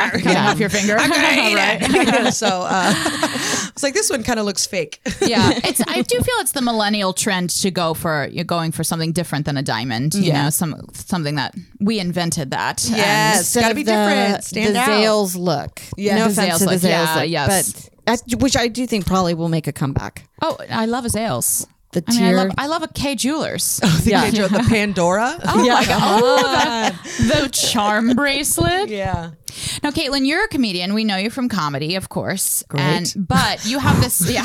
Speaker 2: cutting off your finger. [LAUGHS] Right.
Speaker 4: [LAUGHS] so uh, I was like, this one kind of looks fake. [LAUGHS]
Speaker 2: yeah it's i do feel it's the millennial trend to go for you're going for something different than a diamond you know some something that we invented that and-
Speaker 4: Yes,
Speaker 3: Instead
Speaker 4: gotta
Speaker 3: of
Speaker 4: be
Speaker 3: the-
Speaker 4: different. Stand
Speaker 3: the
Speaker 4: out.
Speaker 3: Zales look.
Speaker 4: Yeah,
Speaker 3: no
Speaker 4: the
Speaker 3: offense
Speaker 2: Zales
Speaker 3: to the
Speaker 2: look.
Speaker 3: Zales
Speaker 2: Yeah,
Speaker 3: look,
Speaker 2: yes.
Speaker 3: but I, which I do think probably will make a comeback.
Speaker 2: Oh, I love his ales.
Speaker 3: The
Speaker 2: I mean, I
Speaker 3: tier-
Speaker 2: love I love a K Jewelers.
Speaker 4: The
Speaker 3: Yeah.
Speaker 4: Pedro, the Pandora.
Speaker 2: [LAUGHS] Oh my god! Oh, the, the charm bracelet.
Speaker 4: yeah.
Speaker 2: Now, Caitlin, you're a comedian. We know you from comedy, of course. And but you have
Speaker 3: [LAUGHS]
Speaker 2: this. Yeah,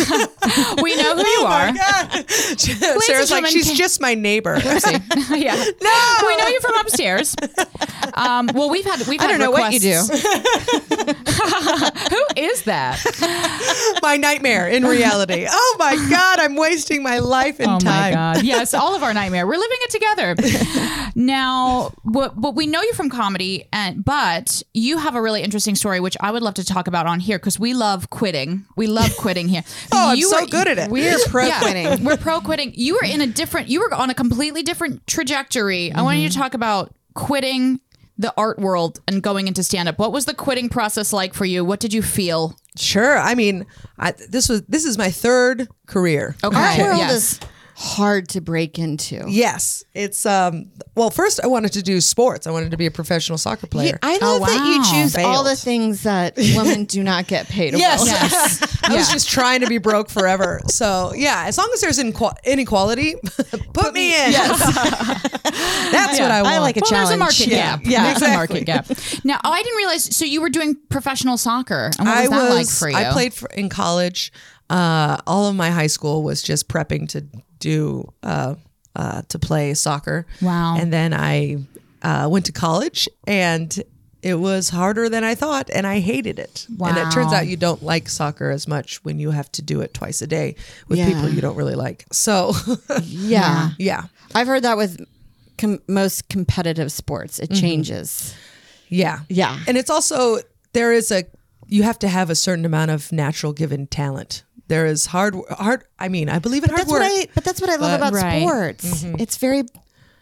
Speaker 2: we know
Speaker 3: Oh
Speaker 2: who you are.
Speaker 4: Yeah. Oh Sarah's like,
Speaker 2: gentlemen,
Speaker 4: she's
Speaker 2: can-
Speaker 4: just my
Speaker 2: [LAUGHS]
Speaker 4: neighbor. [LAUGHS]
Speaker 2: Oopsie. [LAUGHS] yeah. No, we know you from upstairs. Um, well, we've had we've
Speaker 3: I
Speaker 2: had
Speaker 3: don't know what you do.
Speaker 2: requests. [LAUGHS] Who is that?
Speaker 4: my nightmare
Speaker 2: [LAUGHS]
Speaker 4: in reality. Oh my God, I'm wasting my life and time.
Speaker 2: Oh
Speaker 4: [LAUGHS]
Speaker 2: god! Yes, all of our nightmare. We're living it together now. But, but we know you from comedy, and but you have a really interesting story, which I would love to talk about on here because we love quitting. We love quitting here.
Speaker 4: [LAUGHS] Oh, I'm
Speaker 2: You
Speaker 4: so
Speaker 2: were-
Speaker 4: good at it.
Speaker 3: We're pro
Speaker 2: Yeah, [LAUGHS]
Speaker 3: quitting.
Speaker 2: We're pro quitting. You were in a different. You were on a completely different trajectory. I wanted you
Speaker 4: Mm-hmm.
Speaker 2: to talk about quitting the art world and going into stand up. What was the quitting process like for you? What did you feel?
Speaker 4: Sure. I mean, I, this was this is my third career.
Speaker 3: Our
Speaker 2: Okay,
Speaker 3: world
Speaker 2: yes.
Speaker 3: is hard to break into.
Speaker 4: Yes, it's um. Well, first I wanted to do sports. I wanted to be a professional soccer
Speaker 3: Yeah,
Speaker 4: player.
Speaker 3: I love that
Speaker 2: wow.
Speaker 3: you choose all
Speaker 4: Failed.
Speaker 3: the things [LAUGHS] that women do not get paid.
Speaker 4: Yes.
Speaker 3: about.
Speaker 2: Yes.
Speaker 4: [LAUGHS] I was just trying to be broke forever. So yeah, as long as there's inqu- inequality, [LAUGHS] put, me in. [LAUGHS] That's what I want.
Speaker 3: I like a
Speaker 2: well, there's a
Speaker 3: challenge.
Speaker 2: market
Speaker 4: Yeah.
Speaker 2: gap.
Speaker 4: Yeah,
Speaker 2: there's a market
Speaker 4: exactly.
Speaker 2: gap. Now, oh, I didn't realize. So you were doing professional soccer, and what was
Speaker 4: I
Speaker 2: that like
Speaker 4: was-
Speaker 2: for you?
Speaker 4: I played for, in college. Uh, all of my high school was just prepping to do uh, uh, to play soccer.
Speaker 2: Wow.
Speaker 4: And then I uh, went to college, and it was harder than I thought, and I hated it. And it turns
Speaker 2: Wow.
Speaker 4: out you don't like soccer as much when you have to do it twice a day with
Speaker 3: Yeah.
Speaker 4: people you don't really like. So [LAUGHS]
Speaker 3: Yeah.
Speaker 4: yeah,
Speaker 3: I've heard that with com- most competitive sports, it changes.
Speaker 4: yeah,
Speaker 3: Yeah.
Speaker 4: And it's also there is a you have to have a certain amount of natural given talent. There is hard hard. I mean, I believe in hard
Speaker 3: That's
Speaker 4: work.
Speaker 3: what I. But that's what I love
Speaker 4: But-
Speaker 3: about
Speaker 2: Right.
Speaker 3: sports. It's very.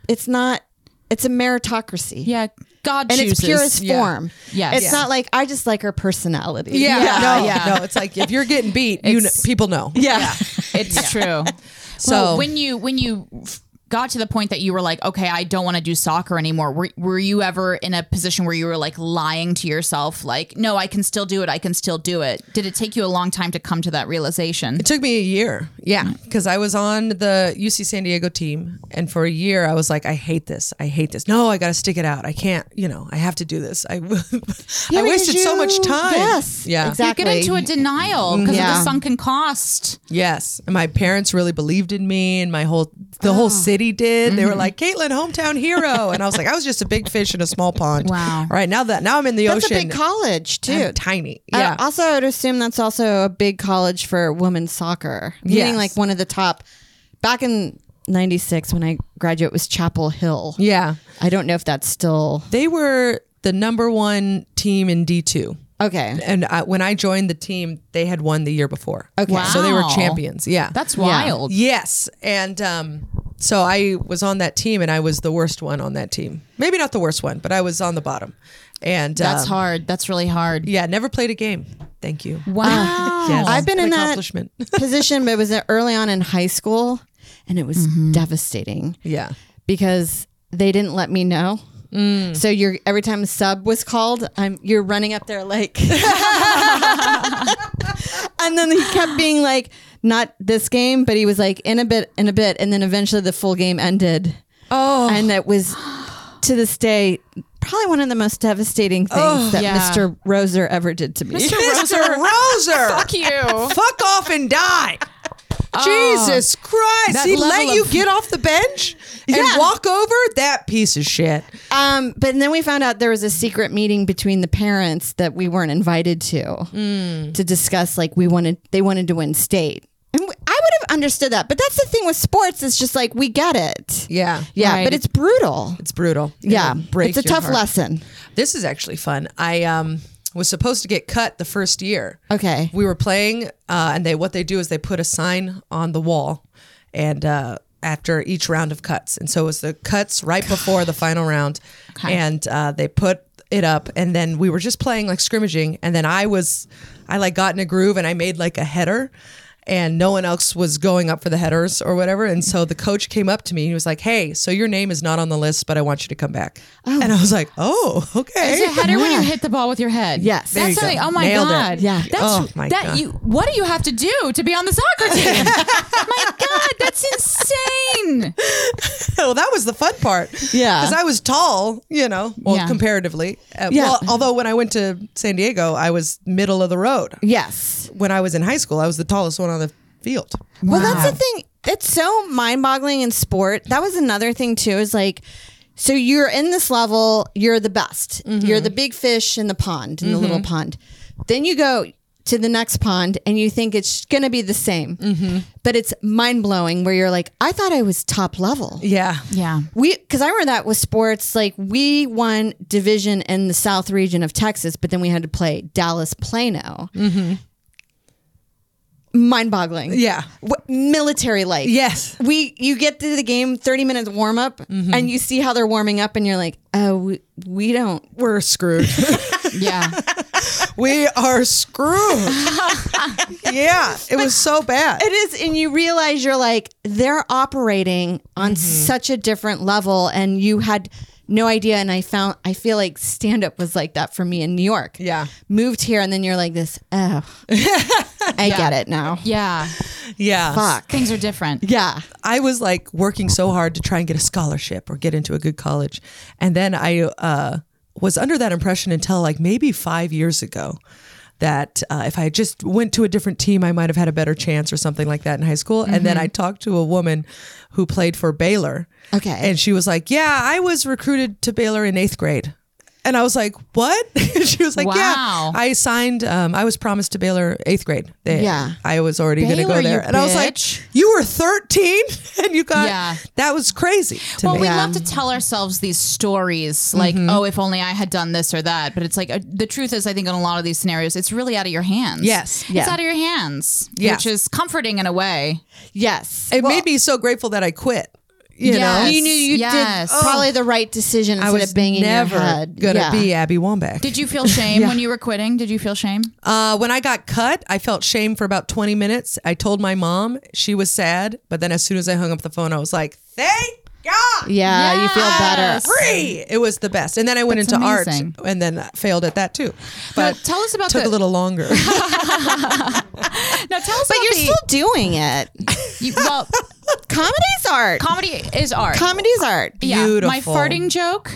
Speaker 3: It's not. It's a meritocracy.
Speaker 2: yeah, God
Speaker 3: And
Speaker 2: chooses.
Speaker 3: it's purest
Speaker 4: Yeah.
Speaker 3: form.
Speaker 2: Yes.
Speaker 3: It's
Speaker 2: Yeah.
Speaker 3: not like I just like her personality.
Speaker 4: Yeah,
Speaker 2: Yeah.
Speaker 4: no,
Speaker 2: Yeah.
Speaker 4: no. It's like if you're getting beat, you know,
Speaker 2: It's-
Speaker 4: people know.
Speaker 3: Yeah.
Speaker 2: [LAUGHS] It's true. So
Speaker 4: [LAUGHS] So-
Speaker 2: when you when you f- got to the point that you were like, okay, I don't want to do soccer anymore. Were, were you ever in a position where you were like lying to yourself, like, no, I can still do it. I can still do it. Did it take you a long time to come to that realization?
Speaker 4: It took me a year. Yeah, because I was on the UC San Diego team, and for a year I was like, I hate this. I hate this. No, I got to stick it out. I can't. You know, I have to do this. [LAUGHS] I I wasted
Speaker 3: because
Speaker 4: so much
Speaker 3: you-
Speaker 4: time.
Speaker 3: yes,
Speaker 4: Yeah.
Speaker 3: exact-
Speaker 2: You get into a denial because of
Speaker 3: Yeah.
Speaker 2: the sunken cost.
Speaker 4: Yes. And my parents really believed in me, and my whole the whole
Speaker 3: Oh.
Speaker 4: city did. They were
Speaker 3: Mm-hmm.
Speaker 4: like, Caitlin, hometown hero, and I was like, I was just a big fish in a small pond.
Speaker 2: Wow.
Speaker 4: All right now that now I'm in the
Speaker 3: That's a
Speaker 4: ocean.
Speaker 3: big college too.
Speaker 4: I'm tiny.
Speaker 3: Uh,
Speaker 4: Yeah.
Speaker 3: also, I would assume that's also a big college for women's soccer, meaning
Speaker 4: Yes.
Speaker 3: like one of the top. Back in '96, when I graduated, it was Chapel Hill.
Speaker 4: yeah.
Speaker 3: I don't know if that's still
Speaker 4: They were the number one team in D two.
Speaker 3: okay.
Speaker 4: and I, when I joined the team, they had won the year before.
Speaker 3: Okay.
Speaker 2: Wow.
Speaker 4: So they were champions. Yeah.
Speaker 2: That's wild.
Speaker 4: yes. And um, so I was on that team, and I was the worst one on that team. Maybe not the worst one, but I was on the bottom. And
Speaker 2: That's
Speaker 4: um,
Speaker 2: hard. That's really hard.
Speaker 4: Yeah, never played a game. Thank you.
Speaker 2: Wow.
Speaker 4: Yes.
Speaker 3: I've been
Speaker 4: An
Speaker 3: in that-
Speaker 4: accomplishment. [LAUGHS]
Speaker 3: position, but it was early on in high school, and it was devastating
Speaker 4: yeah.
Speaker 3: because they didn't let me know. So you're every time a sub was called, I'm you're running up there like, [LAUGHS] and then he kept being like, not this game, but he was like in a bit, in a bit, and then eventually the full game ended. Oh, and it was to this day probably one of the most devastating things that
Speaker 2: Yeah.
Speaker 3: Mr. Roser ever did to me.
Speaker 4: Mr.
Speaker 2: [LAUGHS]
Speaker 4: Roser.
Speaker 2: Fuck you.
Speaker 4: Fuck off and die. Jesus Christ.
Speaker 2: That
Speaker 4: He
Speaker 2: level
Speaker 4: let you
Speaker 2: of-
Speaker 4: get off the bench and walk over? That piece of shit.
Speaker 3: Um, but then we found out there was a secret meeting between the parents that we weren't invited to
Speaker 4: Hmm.
Speaker 3: to discuss like we wanted they wanted to win state. And w- I would have understood that, but that's the thing with sports. It's just like we get it.
Speaker 4: Yeah.
Speaker 3: yeah,
Speaker 2: Right.
Speaker 3: but it's brutal.
Speaker 4: It's brutal.
Speaker 3: yeah,
Speaker 4: It'll break
Speaker 3: it's a
Speaker 4: your
Speaker 3: tough
Speaker 4: heart.
Speaker 3: lesson.
Speaker 4: This is actually fun. I um, was supposed to get cut the first year.
Speaker 3: Okay.
Speaker 4: We were playing, uh, and they what they do is they put a sign on the wall, and uh, after each round of cuts, and so it was the cuts right before the final round, and uh, they put it up, and then we were just playing like scrimmaging, and then I was, I like got in a groove, and I made like a header. and no one else was going up for the headers or whatever. And so the coach came up to me and he was like, Hey, so your name is not on the list, but I want you to come back. And I was like, Oh,
Speaker 2: It's
Speaker 4: okay.
Speaker 2: a header when you hit the ball with your head.
Speaker 3: Yes. There
Speaker 2: that's
Speaker 4: you go.
Speaker 2: something. Oh my
Speaker 4: Nailed it.
Speaker 2: god.
Speaker 3: Yeah.
Speaker 2: That's
Speaker 4: Oh my
Speaker 2: that
Speaker 4: God.
Speaker 2: you. What do you have to do to be on the soccer team? my god, that's insane.
Speaker 4: [LAUGHS] well, that was the fun part.
Speaker 3: Yeah.
Speaker 4: Because I was tall, you know, well,
Speaker 2: Yeah.
Speaker 4: comparatively. Uh,
Speaker 3: Yeah.
Speaker 4: Well, although when I went to San Diego, I was middle of the road.
Speaker 3: Yes.
Speaker 4: When I was in high school, I was the tallest one on the field.
Speaker 3: Well, that's the thing. It's so mind boggling in sport. That was another thing, too, is like, so you're in this level, you're the best. You're the big fish in the pond, in the little pond. Then you go to the next pond and you think it's going to be the same. But it's mind blowing where you're like, I thought I was top level.
Speaker 4: Yeah.
Speaker 2: Yeah.
Speaker 3: We, because I remember that with sports, like we won division in the South region of Texas, but then we had to play Dallas Plano. Mind boggling.
Speaker 4: Yeah.
Speaker 3: military like.
Speaker 4: Yes. Mm-hmm.
Speaker 3: We, you get to the game, 30 minutes warm up, and you see how they're warming up, and you're like, oh, we, we don't.
Speaker 4: We're screwed.
Speaker 2: Yeah.
Speaker 4: we are screwed. [LAUGHS] yeah. It was so bad.
Speaker 3: It is, and you realize you're like, they're operating
Speaker 4: Mm-hmm.
Speaker 3: on such a different level, and you had no idea. And I found, I feel like stand up was like that for me in New York.
Speaker 4: Yeah.
Speaker 3: Moved here, and then you're like, this,
Speaker 4: [LAUGHS]
Speaker 3: oh, I get it now.
Speaker 2: Yeah.
Speaker 4: Yeah.
Speaker 3: Fuck.
Speaker 2: Things are different.
Speaker 3: Yeah.
Speaker 4: I was like working so hard to try and get a scholarship or get into a good college. And then I uh, was under that impression until like maybe five years ago that uh, if I had just went to a different team, I might have had a better chance or something like that in high school. And
Speaker 2: Mm-hmm.
Speaker 4: then I talked to a woman who played for Baylor.
Speaker 3: Okay.
Speaker 4: And she was like, Yeah, I was recruited to Baylor in eighth grade. And I was like, What? [LAUGHS] she was like,
Speaker 2: Wow.
Speaker 4: Yeah, I signed, um, I was promised to Baylor eighth grade. They,
Speaker 3: Yeah.
Speaker 4: I was already going to
Speaker 2: Baylor,
Speaker 4: go there.
Speaker 2: you
Speaker 4: And I was like,
Speaker 2: bitch.
Speaker 4: you were 13 [LAUGHS] and you got
Speaker 2: Yeah.
Speaker 4: that was crazy to
Speaker 2: Well,
Speaker 4: me.
Speaker 2: we
Speaker 3: Yeah.
Speaker 2: love to tell ourselves these stories like, oh, if only I had done this or that. But it's like, uh, the truth is, I think in a lot of these scenarios, it's really out of your hands.
Speaker 4: Yes.
Speaker 2: It's
Speaker 3: Yeah.
Speaker 2: out of your hands,
Speaker 4: Yeah.
Speaker 2: which is comforting in a way.
Speaker 3: Yes.
Speaker 4: it made me so grateful that I quit. You
Speaker 2: Yes.
Speaker 4: know,
Speaker 3: You knew you
Speaker 2: Yes.
Speaker 3: did Oh. probably the right decision
Speaker 4: I
Speaker 3: instead
Speaker 4: was
Speaker 3: of banging
Speaker 4: never
Speaker 3: your head.
Speaker 4: gonna
Speaker 3: Yeah.
Speaker 4: be Abby Wambach.
Speaker 2: Did you feel shame when you were quitting? Did you feel shame?
Speaker 4: Uh, when I got cut, I felt shame for about 20 minutes. I told my mom, she was sad, but then as soon as I hung up the phone, I was like, "Thank God."
Speaker 3: Yeah, you feel better.
Speaker 2: Yes.
Speaker 4: Free. It was the best. And then I went
Speaker 2: That's
Speaker 4: into
Speaker 2: amazing.
Speaker 4: art and then failed at that too.
Speaker 2: Now,
Speaker 4: But
Speaker 2: tell us about
Speaker 4: took
Speaker 2: the-
Speaker 4: a
Speaker 3: [LAUGHS]
Speaker 4: little longer.
Speaker 2: No, tell us
Speaker 3: But
Speaker 2: about
Speaker 3: you're
Speaker 2: the-
Speaker 3: still doing it.
Speaker 2: you- well,
Speaker 3: Comedy's art.
Speaker 2: comedy is art.
Speaker 3: Comedy's art.
Speaker 2: yeah, my
Speaker 4: Beautiful.
Speaker 2: farting joke,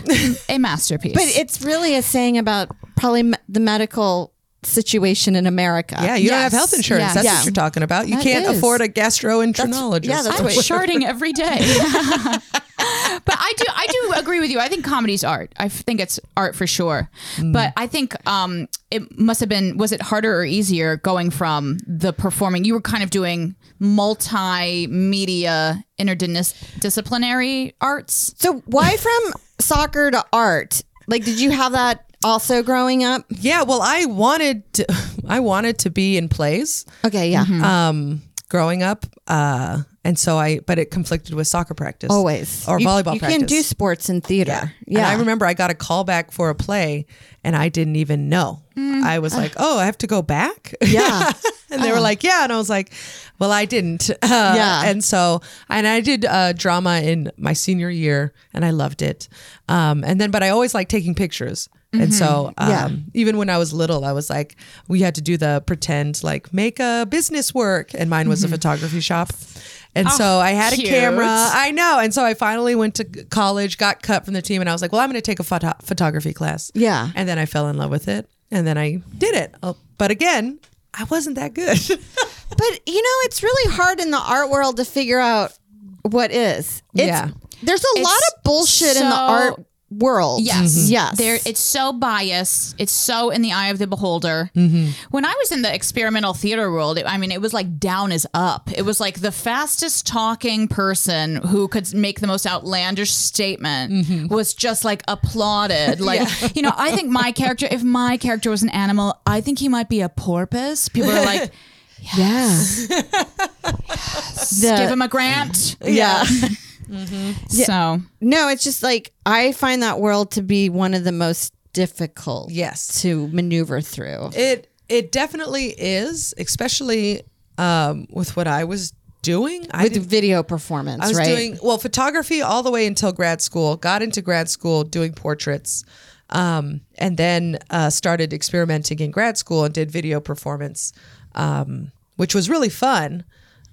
Speaker 2: a masterpiece.
Speaker 3: But it's really a saying about probably m- the medical situation in America.
Speaker 4: Yeah, you don't have
Speaker 2: Yes.
Speaker 4: health insurance.
Speaker 2: Yes.
Speaker 4: That's
Speaker 3: Yeah.
Speaker 4: what you're talking about. You
Speaker 3: That
Speaker 4: can't
Speaker 3: is.
Speaker 4: afford a gastroenterologist.
Speaker 3: yeah, that's
Speaker 2: I'm
Speaker 3: what-
Speaker 2: sharding every day. but I do I do agree with you. I think comedy's art. I think it's art for sure. But I think um it must have been was it harder or easier going from the performing you were kind of doing multimedia interdisciplinary arts?
Speaker 3: So why from soccer to art? Like, did you have that also growing up?
Speaker 4: Yeah, well, I wanted to, [LAUGHS] I wanted to be in plays
Speaker 3: Okay, yeah.
Speaker 4: um, growing up, uh, and so I, but it conflicted with soccer practice
Speaker 3: Always.
Speaker 4: or
Speaker 3: You-
Speaker 4: volleyball
Speaker 3: you
Speaker 4: practice.
Speaker 3: can do sports in theater. Yeah.
Speaker 4: And I remember I got a call back for a play, and I didn't even know. I was like, "Oh, I have to go back."
Speaker 3: Mm.
Speaker 4: [LAUGHS]
Speaker 3: Yeah. Oh.
Speaker 4: and they were like, "Yeah," and I was like, "Well, I didn't." [LAUGHS] Uh,
Speaker 3: Yeah.
Speaker 4: And so, and I did uh, drama in my senior year, and I loved it. Um, and then, but I always liked taking pictures. And so, um,
Speaker 3: Mm-hmm. Yeah.
Speaker 4: even when I was little, I was like, we had to do the pretend, like, make a business work. And mine was
Speaker 3: Mm-hmm.
Speaker 4: a photography shop. And
Speaker 3: Oh,
Speaker 4: so I had
Speaker 2: cute.
Speaker 4: a camera. Uh, I know. And so I finally went to college, got cut from the team, and I was like, well, I'm going to take a photo- photography class.
Speaker 3: Yeah.
Speaker 4: And then I fell in love with it. And then I did it. Oh, But again, I wasn't that good. [LAUGHS]
Speaker 3: But you know, it's really hard in the art world to figure out what is. It's,
Speaker 4: Yeah.
Speaker 3: There's a lot of bullshit in the
Speaker 2: so-
Speaker 3: art world.
Speaker 2: Yes.
Speaker 3: Yes.
Speaker 2: There it's so biased. It's so in the eye of the beholder. When I was in the experimental theater world, it, I mean, it was like down is up. It was like the fastest talking person who could make the most outlandish statement was just like
Speaker 3: [LAUGHS]
Speaker 2: applauded. Like, you know, I think my character, if my character was an animal, I think he might be a porpoise. People are like,
Speaker 3: yeah. [LAUGHS] The-
Speaker 2: give him a grant. [LAUGHS]
Speaker 3: [LAUGHS] yeah.
Speaker 2: So
Speaker 3: No, it's just like I find that world to be one of the most difficult
Speaker 4: Yes.
Speaker 3: to maneuver through.
Speaker 4: It it definitely is, especially um, with what I was doing. I
Speaker 3: with
Speaker 4: didn't-
Speaker 3: video performance,
Speaker 4: I was
Speaker 3: right?
Speaker 4: doing well photography all the way until grad school. Got into grad school doing portraits, um, and then uh, started experimenting in grad school and did video performance, um, which was really fun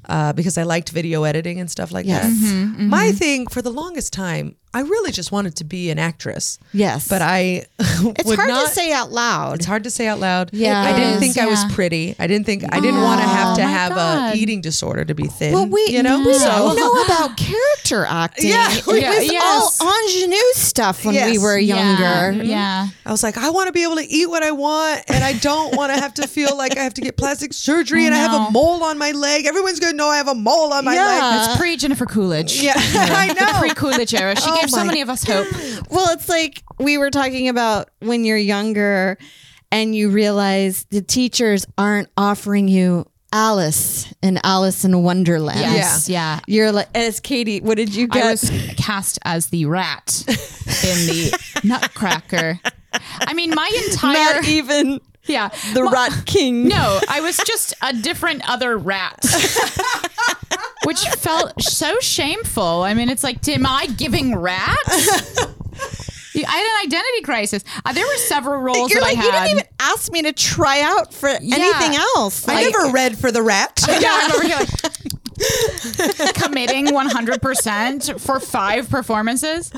Speaker 4: uh, because I liked video editing and stuff like
Speaker 3: Yes. Mm-hmm.
Speaker 4: that. My thing for the longest time, I really just wanted to be an actress.
Speaker 3: yes,
Speaker 4: But I [LAUGHS]
Speaker 3: it's
Speaker 4: would
Speaker 3: hard
Speaker 4: not-
Speaker 3: to say out loud.
Speaker 4: It's hard to say out loud.
Speaker 3: Yeah.
Speaker 4: I
Speaker 3: It
Speaker 4: didn't
Speaker 3: is,
Speaker 4: think I was
Speaker 2: yeah.
Speaker 4: pretty. I didn't think I didn't want to have to
Speaker 2: my
Speaker 4: have
Speaker 2: God.
Speaker 4: a eating disorder to be thin.
Speaker 3: Well, we
Speaker 4: you know
Speaker 3: we
Speaker 4: so
Speaker 3: didn't
Speaker 4: [LAUGHS]
Speaker 3: know about character acting.
Speaker 4: Yeah.
Speaker 3: it was
Speaker 4: Yeah,
Speaker 2: yes.
Speaker 3: all ingenue stuff when we
Speaker 4: Yes.
Speaker 3: were
Speaker 2: Yeah,
Speaker 3: younger. Mm-hmm.
Speaker 2: yeah.
Speaker 4: I was like, I want to be able to eat what I want, and I don't want to have to feel like I have to get plastic surgery, and I have
Speaker 2: know.
Speaker 4: a mole on my leg. Everyone's gonna know I have a mole on my
Speaker 3: Yeah.
Speaker 4: leg.
Speaker 2: That's pre Jennifer Coolidge.
Speaker 3: [LAUGHS]
Speaker 4: Yeah, I know.
Speaker 2: Pre Coolidge era.
Speaker 3: Oh
Speaker 2: She gave so
Speaker 4: my
Speaker 2: many of us
Speaker 3: [GASPS]
Speaker 2: hope.
Speaker 3: Well, it's like we were talking about when you're younger and you realize the teachers aren't offering you Alice in Alice in Wonderland.
Speaker 2: Yes. Yeah.
Speaker 3: You're like, as Katie, what did you get?
Speaker 2: I was cast as the rat in
Speaker 3: [LAUGHS]
Speaker 2: the Nutcracker. I mean, my entire [LAUGHS]
Speaker 3: Not even
Speaker 2: yeah
Speaker 3: the
Speaker 2: Well,
Speaker 3: Rat King.
Speaker 2: No, I was just a different other
Speaker 3: [LAUGHS]
Speaker 2: rat. Which felt so shameful. I mean, it's like, am I giving
Speaker 3: [LAUGHS]
Speaker 2: rats? You- I had an identity crisis. Uh, there were several roles
Speaker 3: You're
Speaker 2: that
Speaker 3: like,
Speaker 2: I
Speaker 3: you
Speaker 2: had.
Speaker 3: didn't even ask me to try out for anything else.
Speaker 4: I
Speaker 3: Like,
Speaker 4: never read for the
Speaker 3: [LAUGHS]
Speaker 4: rat.
Speaker 2: [LAUGHS] Yeah, I'm over here like committing 100% for five performances.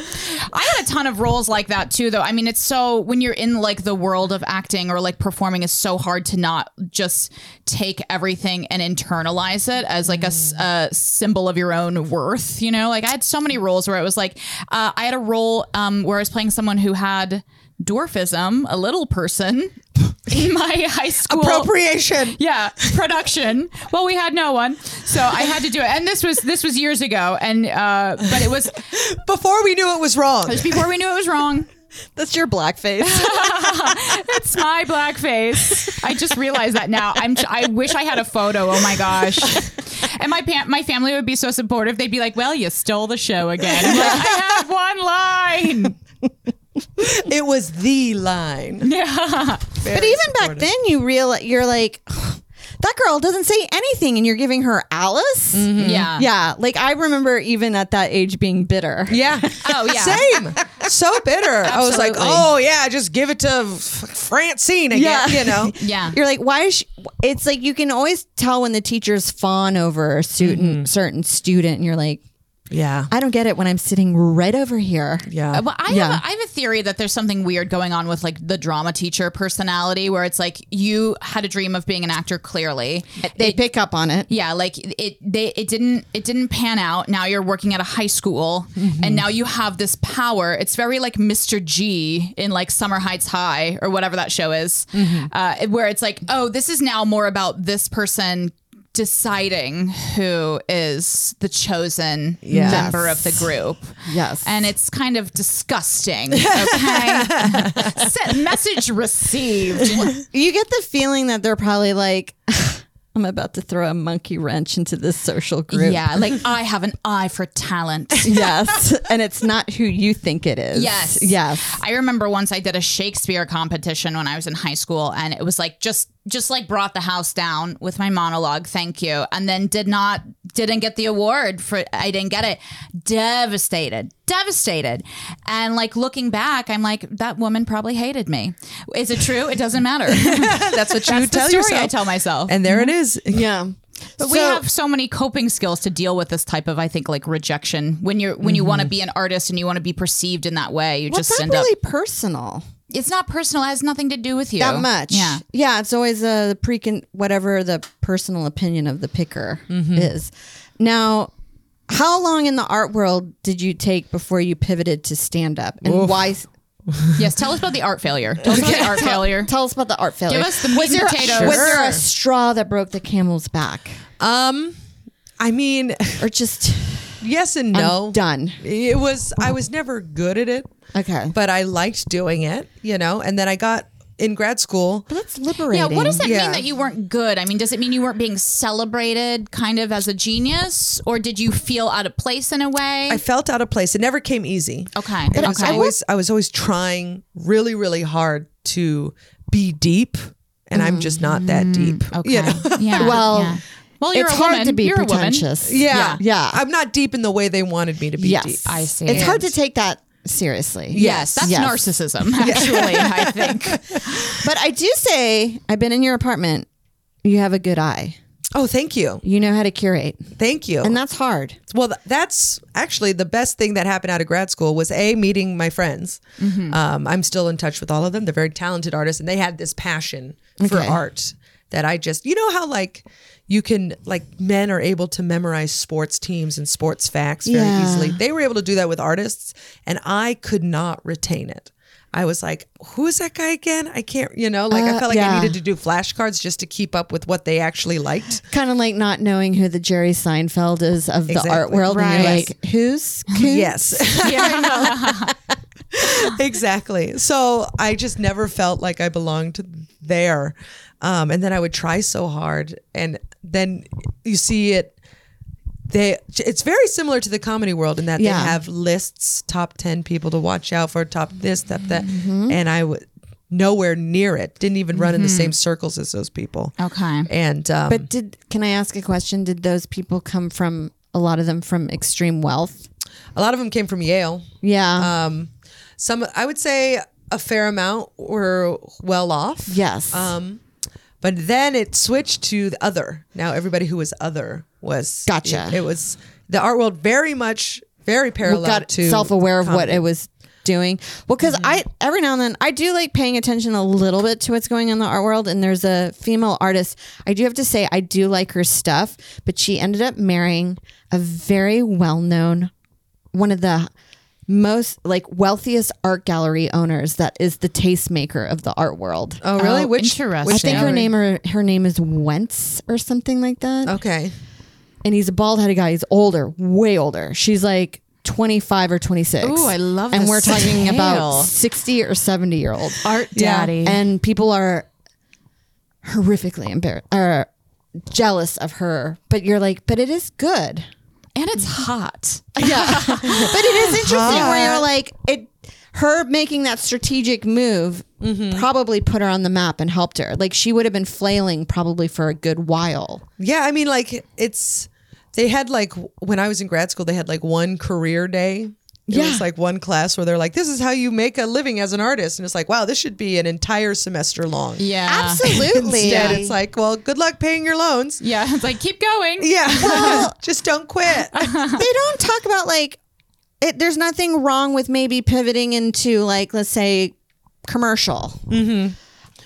Speaker 2: I had a ton of roles like that too, though. I mean, it's so, when you're in like the world of acting or like performing, it's so hard to not just take everything and internalize it as like a s- a, symbol of your own worth, you know? Like, I had so many roles where it was like, uh, I had a role um, where I was playing someone who had dwarfism, a little person. [LAUGHS] In my high school
Speaker 4: Appropriation.
Speaker 2: yeah production well we had no one so i had to do it and this was this was years ago and uh but it was it
Speaker 4: Before we knew it was wrong.
Speaker 2: was before we knew it was wrong
Speaker 3: That's your
Speaker 2: [LAUGHS]
Speaker 3: blackface.
Speaker 2: it's my blackface i just realized that now i'm i wish i had a photo oh my gosh and my pa- my family would be so supportive they'd be like well you stole the show again I'm like, i had one line
Speaker 4: It was the line.
Speaker 2: [LAUGHS] yeah
Speaker 3: but even back
Speaker 4: [LAUGHS]
Speaker 3: then, you real you're like, that girl doesn't say anything, and you're giving her Alice.
Speaker 2: yeah
Speaker 3: Yeah, like I remember even at that age being bitter.
Speaker 4: Yeah.
Speaker 2: oh yeah
Speaker 4: Same. So bitter. I was like,
Speaker 2: Absolutely.
Speaker 4: oh yeah, just give it to F- Francine again.
Speaker 3: [LAUGHS] Yeah. [LAUGHS]
Speaker 4: You know.
Speaker 2: [LAUGHS] yeah
Speaker 3: You're like, why is she? It's like you can always tell when the teachers fawn over a certain,
Speaker 2: Mm-hmm.
Speaker 3: certain student, and you're like,
Speaker 4: Yeah.
Speaker 3: I don't get it when I'm sitting right over here.
Speaker 4: Yeah.
Speaker 2: Uh, Well, I,
Speaker 3: Yeah.
Speaker 2: have a, I have a theory that there's something weird going on with like the drama teacher personality, where it's like you had a dream of being an actor. Clearly,
Speaker 3: They
Speaker 2: It-
Speaker 3: pick up on it.
Speaker 2: yeah, like it. They it didn't it didn't pan out. Now you're working at a high school, and now you have this power. It's very like Mr. G in like Summer Heights High or whatever that show is, uh, where it's like, oh, this is now more about this person deciding who is the chosen
Speaker 4: Yes.
Speaker 2: member of the group
Speaker 3: Yes,
Speaker 2: and it's kind of disgusting. Okay, Set, message received.
Speaker 3: you get the feeling that they're probably like, [SIGHS] I'm about to throw a monkey wrench into this social group.
Speaker 2: yeah, like I have an eye for talent.
Speaker 3: [LAUGHS] yes, and it's not who you think it is.
Speaker 2: Yes.
Speaker 3: yes.
Speaker 2: I remember once I did a Shakespeare competition when I was in high school, and it was like just just like brought the house down with my monologue. Thank you, and then did not didn't get the award for I didn't get it. Devastated, devastated, and like looking back, I'm like that woman probably hated me. Is it true? It doesn't
Speaker 4: [LAUGHS]
Speaker 2: matter.
Speaker 4: That's what you
Speaker 2: That's
Speaker 4: tell
Speaker 2: the story
Speaker 4: yourself.
Speaker 2: I tell myself.
Speaker 4: and there it is.
Speaker 3: Yeah.
Speaker 2: But we have so many coping skills to deal with this type of, I think, like rejection. When you're when you
Speaker 4: Mm-hmm.
Speaker 2: want to be an artist and you want to be perceived in that way, you
Speaker 3: Well,
Speaker 2: just
Speaker 3: it's not
Speaker 2: end
Speaker 3: really
Speaker 2: up.
Speaker 3: personal
Speaker 2: It's not personal. It has nothing to do with you
Speaker 3: that much.
Speaker 2: Yeah.
Speaker 3: yeah. It's always uh, the precon whatever the personal opinion of the picker
Speaker 2: Mm-hmm.
Speaker 3: is. Now, how long in the art world did you take before you pivoted to stand up, and why?
Speaker 2: Yes. Tell us about the art failure. Tell us about the art failure.
Speaker 3: Tell us about the art failure.
Speaker 2: us the meat
Speaker 3: was
Speaker 2: and
Speaker 3: there,
Speaker 2: potatoes.
Speaker 3: Was there
Speaker 4: Sure.
Speaker 3: a straw that broke the camel's back,
Speaker 4: Um, I mean,
Speaker 3: or just
Speaker 4: yes and no.
Speaker 3: done?
Speaker 4: It was I was never good at it,
Speaker 3: Okay,
Speaker 4: but I liked doing it, you know. And then I got in grad school.
Speaker 3: But that's liberating.
Speaker 2: Yeah. What does that mean
Speaker 4: Yeah.
Speaker 2: that you weren't good? I mean, does it mean you weren't being celebrated, kind of as a genius, or did you feel out of place in a way?
Speaker 4: I felt out of place. It never came easy.
Speaker 2: okay.
Speaker 4: It was
Speaker 2: okay.
Speaker 4: always I was always trying really really hard to be deep, and I'm just not that deep.
Speaker 2: okay.
Speaker 4: You know?
Speaker 3: [LAUGHS]
Speaker 2: Yeah.
Speaker 3: Well,
Speaker 2: yeah. Well, you're
Speaker 3: it's
Speaker 2: a
Speaker 3: hard
Speaker 2: woman.
Speaker 3: to be
Speaker 2: You're a woman.
Speaker 3: pretentious.
Speaker 4: Yeah.
Speaker 3: Yeah.
Speaker 4: I'm not deep in the way they wanted me to be deep.
Speaker 3: Yes.
Speaker 2: I see.
Speaker 3: It's hard to take that seriously.
Speaker 2: Yes, that's
Speaker 3: Yes.
Speaker 2: narcissism, actually,
Speaker 3: [LAUGHS]
Speaker 2: I think.
Speaker 3: But I do say, I've been in your apartment. You have a good eye.
Speaker 4: Oh, thank you.
Speaker 3: You know how to curate.
Speaker 4: Thank you.
Speaker 3: And that's hard.
Speaker 4: well th- that's actually the best thing that happened out of grad school was a meeting my friends
Speaker 3: Mm-hmm.
Speaker 4: um, i'm still in touch with all of them they're very talented artists and they had this passion for
Speaker 3: Okay.
Speaker 4: art that i just you know how like you can like men are able to memorize sports teams and sports facts very
Speaker 3: Yeah.
Speaker 4: easily they were able to do that with artists and i could not retain it I was like, who is that guy again? I can't, you know, like I
Speaker 3: Uh,
Speaker 4: felt like I
Speaker 3: yeah.
Speaker 4: needed to do flashcards just to keep up with what they actually liked.
Speaker 3: Kind of like not knowing who the Jerry Seinfeld is of the
Speaker 4: Exactly.
Speaker 3: art world. And you're
Speaker 4: Right.
Speaker 3: like, who's [LAUGHS] Coons?
Speaker 4: Yes. [LAUGHS] exactly. So I just never felt like I belonged there. Um, and then I would try so hard. And then you see it. They, it's very similar to the comedy world in that
Speaker 3: Yeah.
Speaker 4: they have lists, top 10 people to watch out for, top this, top that.
Speaker 3: Mm-hmm.
Speaker 4: And I was nowhere near it, didn't even run in the same circles as those people.
Speaker 2: Okay.
Speaker 4: And, um,
Speaker 3: But did, can I ask a question? Did those people come from, a lot of them from extreme wealth?
Speaker 4: a lot of them came from Yale.
Speaker 3: Yeah.
Speaker 4: Um, some, I would say a fair amount were well off.
Speaker 3: yes.
Speaker 4: Um, but then it switched to the other. Now everybody who was other was
Speaker 3: Gotcha.
Speaker 4: It, it was the art world very much very parallel
Speaker 3: got
Speaker 4: to Mm-hmm.
Speaker 3: self-aware of what
Speaker 4: comedy.
Speaker 3: it was doing well because i every now and then i do like paying attention a little bit to what's going on in the art world and there's a female artist i do have to say i do like her stuff but she ended up marrying a very well-known one of the most like wealthiest art gallery owners that is the tastemaker of the art world
Speaker 4: Oh really?
Speaker 2: Oh,
Speaker 4: which
Speaker 2: interesting.
Speaker 4: which
Speaker 3: I think her
Speaker 4: gallery?
Speaker 3: name or her name is Wentz or something like that
Speaker 4: Okay.
Speaker 3: and he's a bald headed guy. He's older, way older. She's like 25 or 26.
Speaker 2: Ooh, I love
Speaker 3: And
Speaker 2: this
Speaker 3: we're talking
Speaker 2: tale.
Speaker 3: about 60 or 70 year old.
Speaker 2: Art
Speaker 4: Yeah.
Speaker 2: daddy.
Speaker 3: And people are horrifically embarrassed or jealous of her. But you're like, but it is good.
Speaker 2: And it's hot.
Speaker 3: [LAUGHS] Yeah. but it is interesting where you're like, it. Her making that strategic move
Speaker 2: Mm-hmm.
Speaker 3: probably put her on the map and helped her. Like she would have been flailing probably for a good while.
Speaker 2: [LAUGHS]
Speaker 4: Yeah, I mean, like it's they had like when I was in grad school, they had like one career day. It
Speaker 3: Yeah.
Speaker 4: was like one class where they're like, "This is how you make a living as an artist," and it's like, "Wow, this should be an entire semester long."
Speaker 2: Yeah.
Speaker 3: Absolutely.
Speaker 4: Instead, it's like, "Well, good luck paying your loans."
Speaker 2: Yeah. [LAUGHS] It's like, keep going.
Speaker 4: Yeah,
Speaker 3: [LAUGHS]
Speaker 4: [LAUGHS] just don't quit.
Speaker 3: they don't talk about like it, there's nothing wrong with maybe pivoting into like let's say commercial mm-hmm.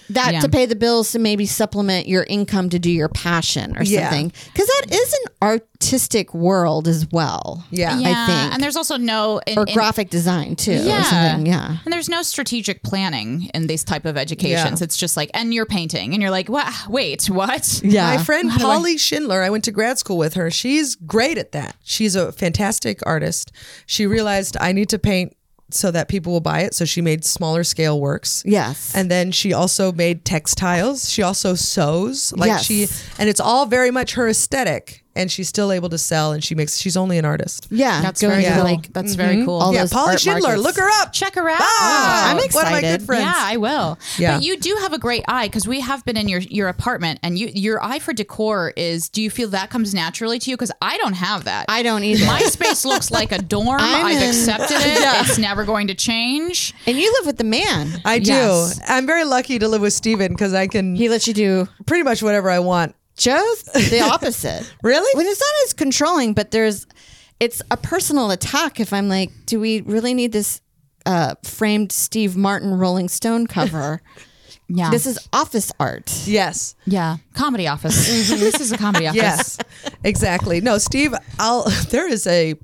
Speaker 3: that
Speaker 2: Yeah.
Speaker 3: to pay the bills to maybe supplement your income to do your passion or
Speaker 4: Yeah.
Speaker 3: something because that is an artistic world as well
Speaker 4: Yeah.
Speaker 2: Yeah,
Speaker 3: I think.
Speaker 2: And there's also no. in-
Speaker 3: or
Speaker 2: in-
Speaker 3: graphic design too or
Speaker 2: yeah.
Speaker 3: something yeah
Speaker 2: And there's no strategic planning in these type of educations.
Speaker 4: Yeah.
Speaker 2: It's just like, and you're painting. And you're like, "Wha- wait, what?
Speaker 3: [LAUGHS]
Speaker 2: [LAUGHS]
Speaker 3: yeah
Speaker 4: My friend Polly Schindler, I went to grad school with her. She's great at that. She's a fantastic artist. She realized I need to paint so that people will buy it. So she made smaller scale works.
Speaker 3: yes
Speaker 4: And then she also made textiles. She also sews. Like
Speaker 3: Yes.
Speaker 4: she and it's all very much her aesthetic. And she's still able to sell and she makes she's only an artist.
Speaker 3: yeah
Speaker 2: That's
Speaker 3: going
Speaker 2: very
Speaker 3: to
Speaker 2: cool.
Speaker 3: like mm-hmm.
Speaker 2: That's very cool.
Speaker 3: all
Speaker 4: yeah,
Speaker 3: those
Speaker 4: Polly
Speaker 3: art
Speaker 4: Schindler,
Speaker 3: markets.
Speaker 4: look her up.
Speaker 2: Check her out.
Speaker 4: Ah,
Speaker 3: I'm
Speaker 4: One of my
Speaker 3: excited.
Speaker 4: good friends.
Speaker 2: Yeah, I will.
Speaker 4: Yeah.
Speaker 2: But you do have a great eye because we have been in your your apartment, and you your eye for decor is. Do you feel that comes naturally to you? Because I don't have that.
Speaker 3: i don't either
Speaker 2: [LAUGHS] my space looks like a dorm. i
Speaker 3: I'm
Speaker 2: have
Speaker 3: in-
Speaker 2: accepted
Speaker 3: [LAUGHS]
Speaker 2: it. It's never going to change.
Speaker 3: and you live with the man
Speaker 4: I do.
Speaker 2: Yes.
Speaker 4: I'm very lucky to live with Steven because I can
Speaker 3: he lets you do
Speaker 4: pretty much whatever I want.
Speaker 3: Joe's the
Speaker 2: [LAUGHS]
Speaker 3: opposite.
Speaker 4: Really?
Speaker 3: Well, it's not as controlling, but there's it's a personal attack if I'm like, do we really need this uh, framed Steve Martin Rolling Stone cover?
Speaker 2: [LAUGHS] Yeah.
Speaker 3: this is office art.
Speaker 4: Yes.
Speaker 2: yeah. Comedy office.
Speaker 3: [LAUGHS]
Speaker 2: this is a comedy office.
Speaker 4: Yes, exactly. No, Steve, I'll. [LAUGHS] There is a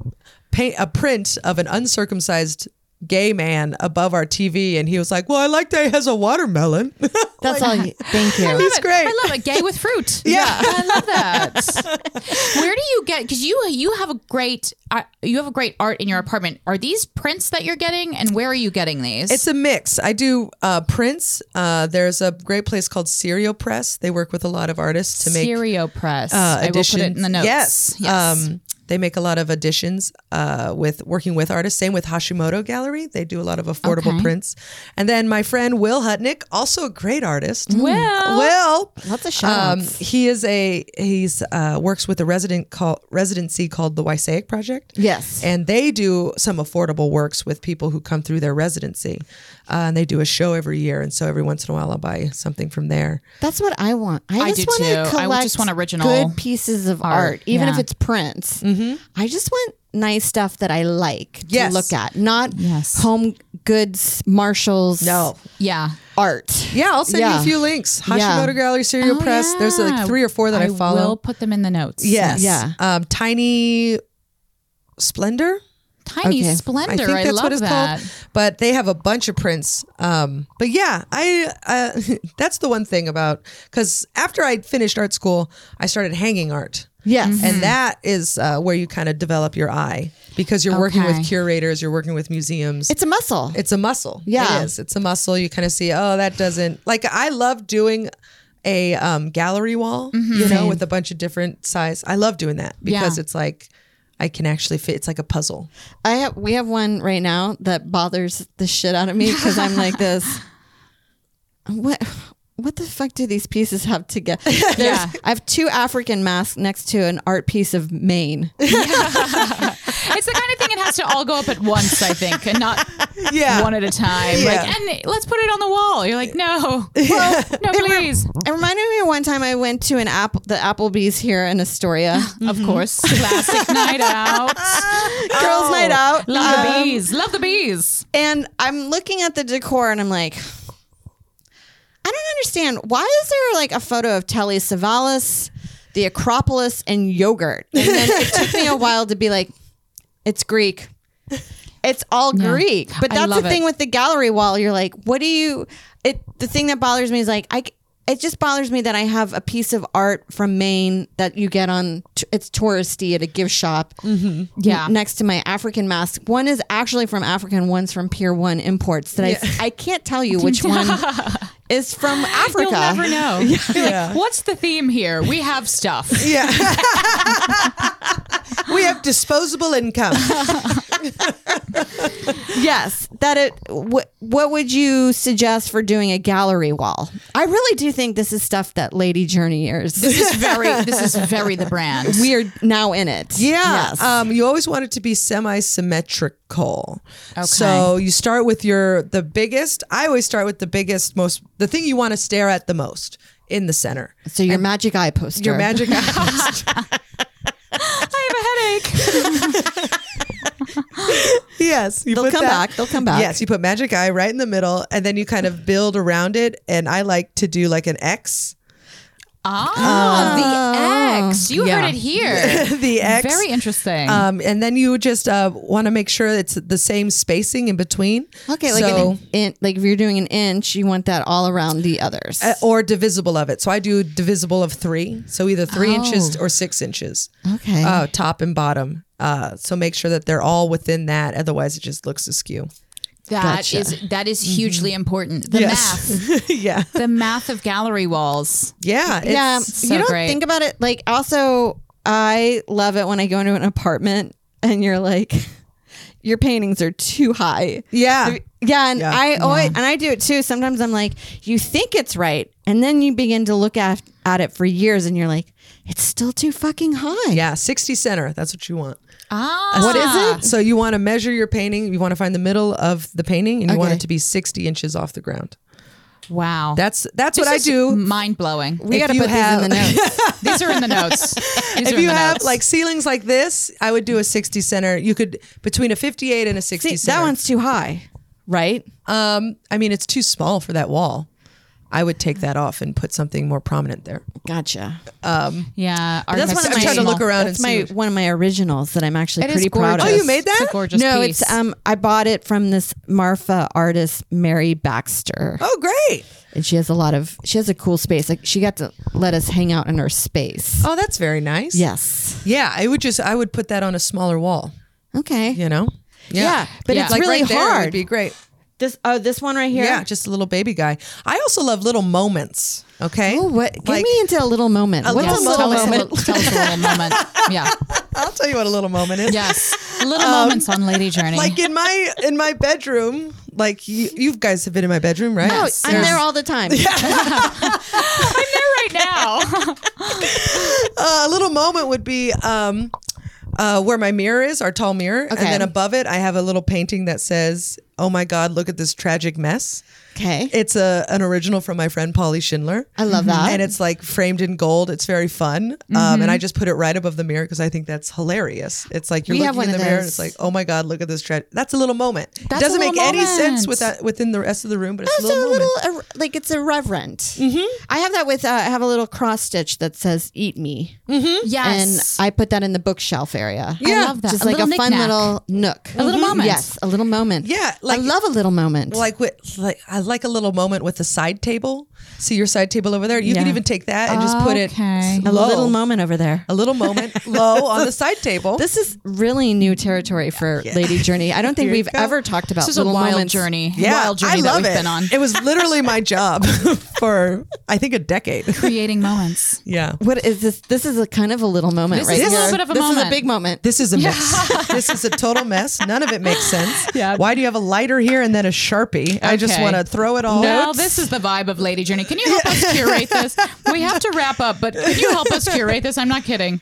Speaker 4: paint a print of an uncircumcised gay man above our TV, and he was like, "Well, I like that he has a watermelon." [LAUGHS]
Speaker 3: That's
Speaker 2: [LAUGHS]
Speaker 3: all you thank you.
Speaker 2: I love
Speaker 4: It's
Speaker 2: it.
Speaker 4: great.
Speaker 2: I love it. Gay with fruit.
Speaker 4: [LAUGHS] Yeah.
Speaker 2: I love that. Where do you get? Because you you have a great uh, you have a great art in your apartment. Are these prints that you're getting, and where are you getting these?
Speaker 4: It's a mix. I do uh, prints. Uh, there's a great place called Serial Press. They work with a lot of artists to make
Speaker 2: Stereo press.
Speaker 4: uh,
Speaker 2: I will put it
Speaker 4: editions.
Speaker 2: in the notes.
Speaker 4: Yes.
Speaker 2: Yes.
Speaker 4: Um, They make a lot of additions uh, with working with artists. Same with Hashimoto Gallery. They do a lot of affordable prints. And then my friend Will Hutnick, also a great artist. Mm.
Speaker 2: Will.
Speaker 4: Will. Um,
Speaker 3: Lots of shout-outs.
Speaker 4: he is a he's uh, works with a resident call, residency called the Wysaic Project.
Speaker 3: Yes.
Speaker 4: and they do some affordable works with people who come through their residency, uh, and they do a show every year. And so every once in a while, I'll buy something from there.
Speaker 3: That's what I want. I,
Speaker 2: I do
Speaker 3: just want
Speaker 2: too. I
Speaker 3: to
Speaker 2: would
Speaker 3: collect
Speaker 2: just want original
Speaker 3: good pieces of art,
Speaker 2: art.
Speaker 3: even if
Speaker 2: Yeah. Mm-hmm.
Speaker 3: it's prints. I just want nice stuff that I like
Speaker 4: Yes.
Speaker 3: to look at, not
Speaker 2: Yes.
Speaker 3: home goods, Marshalls,
Speaker 2: Yeah.
Speaker 3: art.
Speaker 4: Yeah, I'll send you
Speaker 3: Yeah.
Speaker 4: a few links. Hashimoto
Speaker 3: Yeah.
Speaker 4: Gallery, Serial
Speaker 2: Oh,
Speaker 4: Press. There's
Speaker 2: yeah.
Speaker 4: like three or four that I, follow.
Speaker 2: will put them in the notes.
Speaker 4: Yes.
Speaker 3: Yeah.
Speaker 4: Um, Tiny Splendor.
Speaker 2: Tiny
Speaker 3: Okay. I
Speaker 2: splendor. I,
Speaker 4: I think that's
Speaker 2: love
Speaker 4: what it's
Speaker 2: that.
Speaker 4: called. But they have a bunch of prints. Um, but yeah, I uh, [LAUGHS] that's the one thing about because after I finished art school, I started hanging art.
Speaker 3: Yes.
Speaker 2: Mm-hmm.
Speaker 4: And that is uh, where you kind of develop your eye because you're working
Speaker 2: Okay.
Speaker 4: with curators, you're working with museums.
Speaker 3: It's a muscle.
Speaker 4: It's a muscle.
Speaker 3: Yeah.
Speaker 4: It is. It's a muscle. You kind of see, oh, that doesn't like I love doing a um, gallery wall, you know, with a bunch of different size. I love doing that because
Speaker 2: Yeah.
Speaker 4: it's like I can actually fit it's like a puzzle.
Speaker 3: I have we have one right now that bothers the shit out of me because I'm like this. What what the fuck do these pieces have to get?
Speaker 2: Yeah.
Speaker 3: I have two African masks next to an art piece of Maine.
Speaker 2: [LAUGHS] It's the kind of thing it has to all go up at once, I think, and not
Speaker 4: [LAUGHS] Yeah.
Speaker 2: one at a time.
Speaker 4: Yeah.
Speaker 2: Like, and let's put it on the wall. You're like,
Speaker 4: [LAUGHS]
Speaker 2: no, well, no, please.
Speaker 3: It reminded me of one time I went to an apple the Applebee's here in Astoria. [LAUGHS]
Speaker 2: Of course, Mm-hmm. classic night
Speaker 4: [LAUGHS]
Speaker 2: out.
Speaker 3: Girls night out.
Speaker 2: Love the
Speaker 3: Um,
Speaker 2: bees. Love the bees.
Speaker 3: And I'm looking at the decor and I'm like, I don't understand. Why is there like a photo of Telly Savalas, the Acropolis, and yogurt? And then it took me a while to be like, it's Greek. It's all Greek. But
Speaker 2: I
Speaker 3: that's
Speaker 2: love
Speaker 3: the thing
Speaker 2: it.
Speaker 3: with the gallery wall. You're like, what do you it the thing that bothers me is like I c- it just bothers me that I have a piece of art from Maine that you get on t- it's touristy at a gift shop
Speaker 2: Yeah.
Speaker 3: next to my African mask. One is actually from Africa and one's from Pier One Imports. That I I can't tell you which
Speaker 4: [LAUGHS]
Speaker 3: one is from Africa.
Speaker 2: You'll never know. You're like, what's the theme here? We have
Speaker 4: [LAUGHS]
Speaker 2: stuff.
Speaker 4: Yeah. we have disposable [LAUGHS] income.
Speaker 3: Yes, that it. What what would you suggest for doing a gallery wall? I really do think this is stuff that Lady Journeyers. [LAUGHS]
Speaker 2: This is very. This is very the brand.
Speaker 3: we are now in it.
Speaker 4: Yeah.
Speaker 3: Yes.
Speaker 4: Um, you always want it to be semi-symmetrical. So you start with your the biggest. I always start with the biggest, most the thing you want to stare at the most in the center.
Speaker 3: so your magic eye poster.
Speaker 4: Your [LAUGHS] magic eye.
Speaker 2: I have a headache.
Speaker 4: yes. You
Speaker 3: They'll
Speaker 4: put
Speaker 3: come
Speaker 4: that-
Speaker 3: back. They'll come back.
Speaker 4: Yes, you put magic eye right in the middle, and then you kind of build around it. And I like to do like an X. [LAUGHS]
Speaker 2: Ah, the X. You heard it here.
Speaker 4: the X.
Speaker 2: Very interesting.
Speaker 4: Um, and then you just uh, want to make sure it's the same spacing in between.
Speaker 3: Okay, like
Speaker 4: So-
Speaker 3: an in, like if you're doing an inch, you want that all around the others.
Speaker 4: Uh, or divisible of it. So I do divisible of three. So either three
Speaker 2: Oh.
Speaker 4: inches or six inches.
Speaker 3: Okay.
Speaker 4: Uh, top and bottom. Uh, so make sure that they're all within that. Otherwise, it just looks askew.
Speaker 2: That is
Speaker 3: Gotcha.
Speaker 2: that is
Speaker 4: Mm-hmm.
Speaker 2: hugely important. The math,
Speaker 4: yeah.
Speaker 2: the math of gallery walls.
Speaker 4: Yeah. It's,
Speaker 3: yeah,
Speaker 2: so
Speaker 3: you don't
Speaker 2: great.
Speaker 3: think about it. Like, also, I love it when I go into an apartment and you're like, [LAUGHS] your paintings are too high.
Speaker 4: Yeah.
Speaker 3: Yeah, and
Speaker 4: Yeah.
Speaker 3: I always and I do it too. Sometimes I'm like, you think it's right, and then you begin to look at at it for years, and you're like, it's still too fucking high.
Speaker 4: Yeah. 60 center. That's what you want.
Speaker 2: Ah,
Speaker 4: What is it? So you want to measure your painting. You want to find the middle of the painting and you want
Speaker 3: Okay.
Speaker 4: it to be 60 inches off the ground.
Speaker 2: Wow,
Speaker 4: That's that's what I
Speaker 2: This is
Speaker 4: do.
Speaker 2: Mind blowing.
Speaker 3: we
Speaker 4: If
Speaker 3: gotta
Speaker 4: you
Speaker 3: put
Speaker 4: have-
Speaker 3: these in the
Speaker 4: [LAUGHS]
Speaker 3: notes.
Speaker 2: These are in the notes. These are
Speaker 4: if
Speaker 2: in
Speaker 4: you
Speaker 2: the
Speaker 4: have
Speaker 2: notes.
Speaker 4: like ceilings like this, I would do a 60 center. You could between a 58 and a 60
Speaker 3: See,
Speaker 4: center.
Speaker 3: that one's too high, right?
Speaker 4: Um, I mean, it's too small for that wall. I would take that off and put something more prominent there.
Speaker 3: Gotcha.
Speaker 2: yeah, art
Speaker 4: That's
Speaker 2: has
Speaker 4: one of
Speaker 2: to
Speaker 4: my.
Speaker 2: be
Speaker 4: trying to
Speaker 2: small.
Speaker 4: look around
Speaker 3: That's
Speaker 4: and
Speaker 3: my
Speaker 4: see. what-
Speaker 3: one of my originals that I'm actually
Speaker 2: It is
Speaker 3: pretty proud of.
Speaker 2: gorgeous.
Speaker 4: Oh, you made that?
Speaker 2: It's a gorgeous
Speaker 3: no,
Speaker 2: piece.
Speaker 3: it's um I bought it from this Marfa artist Mary Baxter.
Speaker 4: oh, great!
Speaker 3: And she has a lot of she has a cool space. Like she got to let us hang out in her space.
Speaker 4: Oh, that's very nice.
Speaker 3: Yes.
Speaker 4: yeah. I would just, I would put that on a smaller wall.
Speaker 3: Okay.
Speaker 4: You know.
Speaker 3: Yeah, but it's
Speaker 4: like
Speaker 3: really
Speaker 4: right there, it would
Speaker 3: hard.
Speaker 4: be great.
Speaker 3: This oh this one right here.
Speaker 4: Yeah, just a little baby guy. I also love little moments. Okay.
Speaker 3: Oh, what? Get
Speaker 4: Like-
Speaker 3: me into a little moment. What's
Speaker 2: Yes,
Speaker 3: a little
Speaker 2: tell, us a
Speaker 3: moment?
Speaker 4: [LAUGHS]
Speaker 2: little, tell us a little moment. [LAUGHS] Yeah.
Speaker 4: I'll tell you what a little moment is.
Speaker 2: Yes. Little moments on Lady Journey.
Speaker 4: Like in my in my bedroom, like you, you guys have been in my bedroom, right?
Speaker 3: Oh, I'm
Speaker 2: Yes.
Speaker 3: there all the time.
Speaker 2: I'm there right now.
Speaker 4: Uh, a little moment would be um, uh, where my mirror is, our tall mirror, and
Speaker 3: Okay.
Speaker 4: then above it, I have a little painting that says, "Oh my God, look at this tragic mess."
Speaker 3: Okay.
Speaker 4: It's a an original from my friend Polly Schindler.
Speaker 3: I love that.
Speaker 4: Mm-hmm. and it's like framed in gold. It's very fun, um, and I just put it right above the mirror because I think that's hilarious. It's like you're
Speaker 3: We have
Speaker 4: looking in
Speaker 3: one
Speaker 4: the
Speaker 3: of
Speaker 4: mirror, and
Speaker 3: those.
Speaker 4: it's like, oh my god, look at this tragic. That's a little moment. it
Speaker 2: That's a
Speaker 4: doesn't make
Speaker 2: little
Speaker 4: any sense
Speaker 2: moment.
Speaker 4: with that within the rest of the room, but it's
Speaker 3: Oh, It's
Speaker 4: a little,
Speaker 3: a little ir-
Speaker 4: moment.
Speaker 3: like it's irreverent. Mm-hmm. I have that with uh, I have a little cross stitch that says "Eat me,"
Speaker 2: [LAUGHS] Yes.
Speaker 3: and I put that in the bookshelf area.
Speaker 2: Yeah. love that.
Speaker 3: just
Speaker 2: A
Speaker 3: like a
Speaker 2: little
Speaker 3: fun
Speaker 2: knick-knack.
Speaker 3: little nook, a
Speaker 2: little moment.
Speaker 3: Yes, a little moment.
Speaker 4: Yeah, like-
Speaker 3: I love a little moment.
Speaker 4: Like with like I like a little moment with the side table. See your side table over there. You can
Speaker 3: Yeah.
Speaker 4: even take that and just put it
Speaker 2: Okay.
Speaker 3: a
Speaker 4: low.
Speaker 3: little moment over there.
Speaker 4: a little moment low on the side table.
Speaker 3: This is really new territory for Lady Journey. I
Speaker 2: [LAUGHS]
Speaker 3: don't think
Speaker 4: Here you
Speaker 3: we've
Speaker 4: go.
Speaker 3: ever talked about
Speaker 2: This is a
Speaker 3: little
Speaker 2: wild
Speaker 3: moments.
Speaker 2: journey.
Speaker 4: yeah,
Speaker 2: wild journey
Speaker 4: I love
Speaker 2: that we've
Speaker 4: it.
Speaker 2: been on.
Speaker 4: It was literally my job [LAUGHS] for I think a decade.
Speaker 2: Creating [LAUGHS] moments.
Speaker 4: yeah.
Speaker 3: What is this? This is a kind of a little moment
Speaker 2: This
Speaker 3: right
Speaker 2: is a little
Speaker 3: here.
Speaker 2: bit of a
Speaker 3: this is a
Speaker 2: moment.
Speaker 3: big moment.
Speaker 4: This is a mess. [LAUGHS] this is a total mess. None of it makes sense.
Speaker 2: Yeah.
Speaker 4: Why do you have a lighter here and then a sharpie? I just
Speaker 2: Okay.
Speaker 4: want to throw it all.
Speaker 2: Well, this is the vibe of Lady Journey. Can you help us curate [LAUGHS] this? We have to wrap up, but can you help us curate this? I'm not kidding.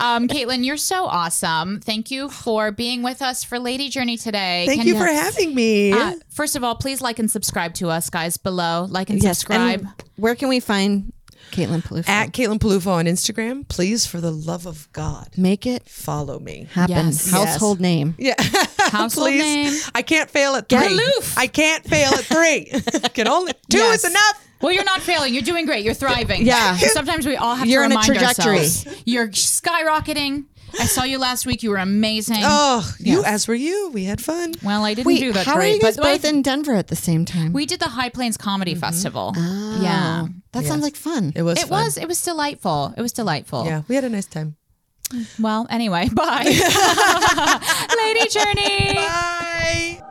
Speaker 2: Um, Caitlin, you're so awesome. Thank you for being with us for Lady Journey today.
Speaker 4: Thank
Speaker 2: Can
Speaker 4: you for having me.
Speaker 2: Uh, first of all, please like and subscribe to us, guys, below. Like and
Speaker 3: yes.
Speaker 2: subscribe.
Speaker 3: And where can we find Caitlin Paloof?
Speaker 4: At Caitlin Palufo on Instagram, please, for the love of God,
Speaker 3: Make it
Speaker 4: follow me.
Speaker 3: happen.
Speaker 2: Yes.
Speaker 3: Household name.
Speaker 4: Yeah, [LAUGHS]
Speaker 2: Household
Speaker 4: please.
Speaker 2: name.
Speaker 4: I can't fail at three.
Speaker 2: Palouf.
Speaker 4: I can't fail at
Speaker 2: [LAUGHS]
Speaker 4: three. Can only two
Speaker 2: Yes.
Speaker 4: is enough.
Speaker 2: Well, you're not failing. You're doing great. You're thriving.
Speaker 3: Yeah.
Speaker 2: Sometimes we all have
Speaker 3: You're
Speaker 2: to
Speaker 3: on a
Speaker 2: remind
Speaker 3: trajectory.
Speaker 2: ourselves. You're skyrocketing. I saw you last week. You were amazing.
Speaker 4: Oh, you as were you. We had fun.
Speaker 2: well, I didn't
Speaker 3: Wait,
Speaker 2: do that
Speaker 3: how
Speaker 2: great.
Speaker 3: are you guys
Speaker 2: but I-
Speaker 3: both in Mm-hmm. Denver at the same time?
Speaker 2: we did the High Plains Comedy Festival. Yeah.
Speaker 3: that sounds like Oh. fun.
Speaker 4: It was.
Speaker 2: It
Speaker 4: fun.
Speaker 2: was it was delightful. It was delightful.
Speaker 4: Yeah, we had a nice time.
Speaker 2: [LAUGHS]
Speaker 3: [LAUGHS]
Speaker 2: Well, anyway, bye. Lady Journey.
Speaker 4: Bye.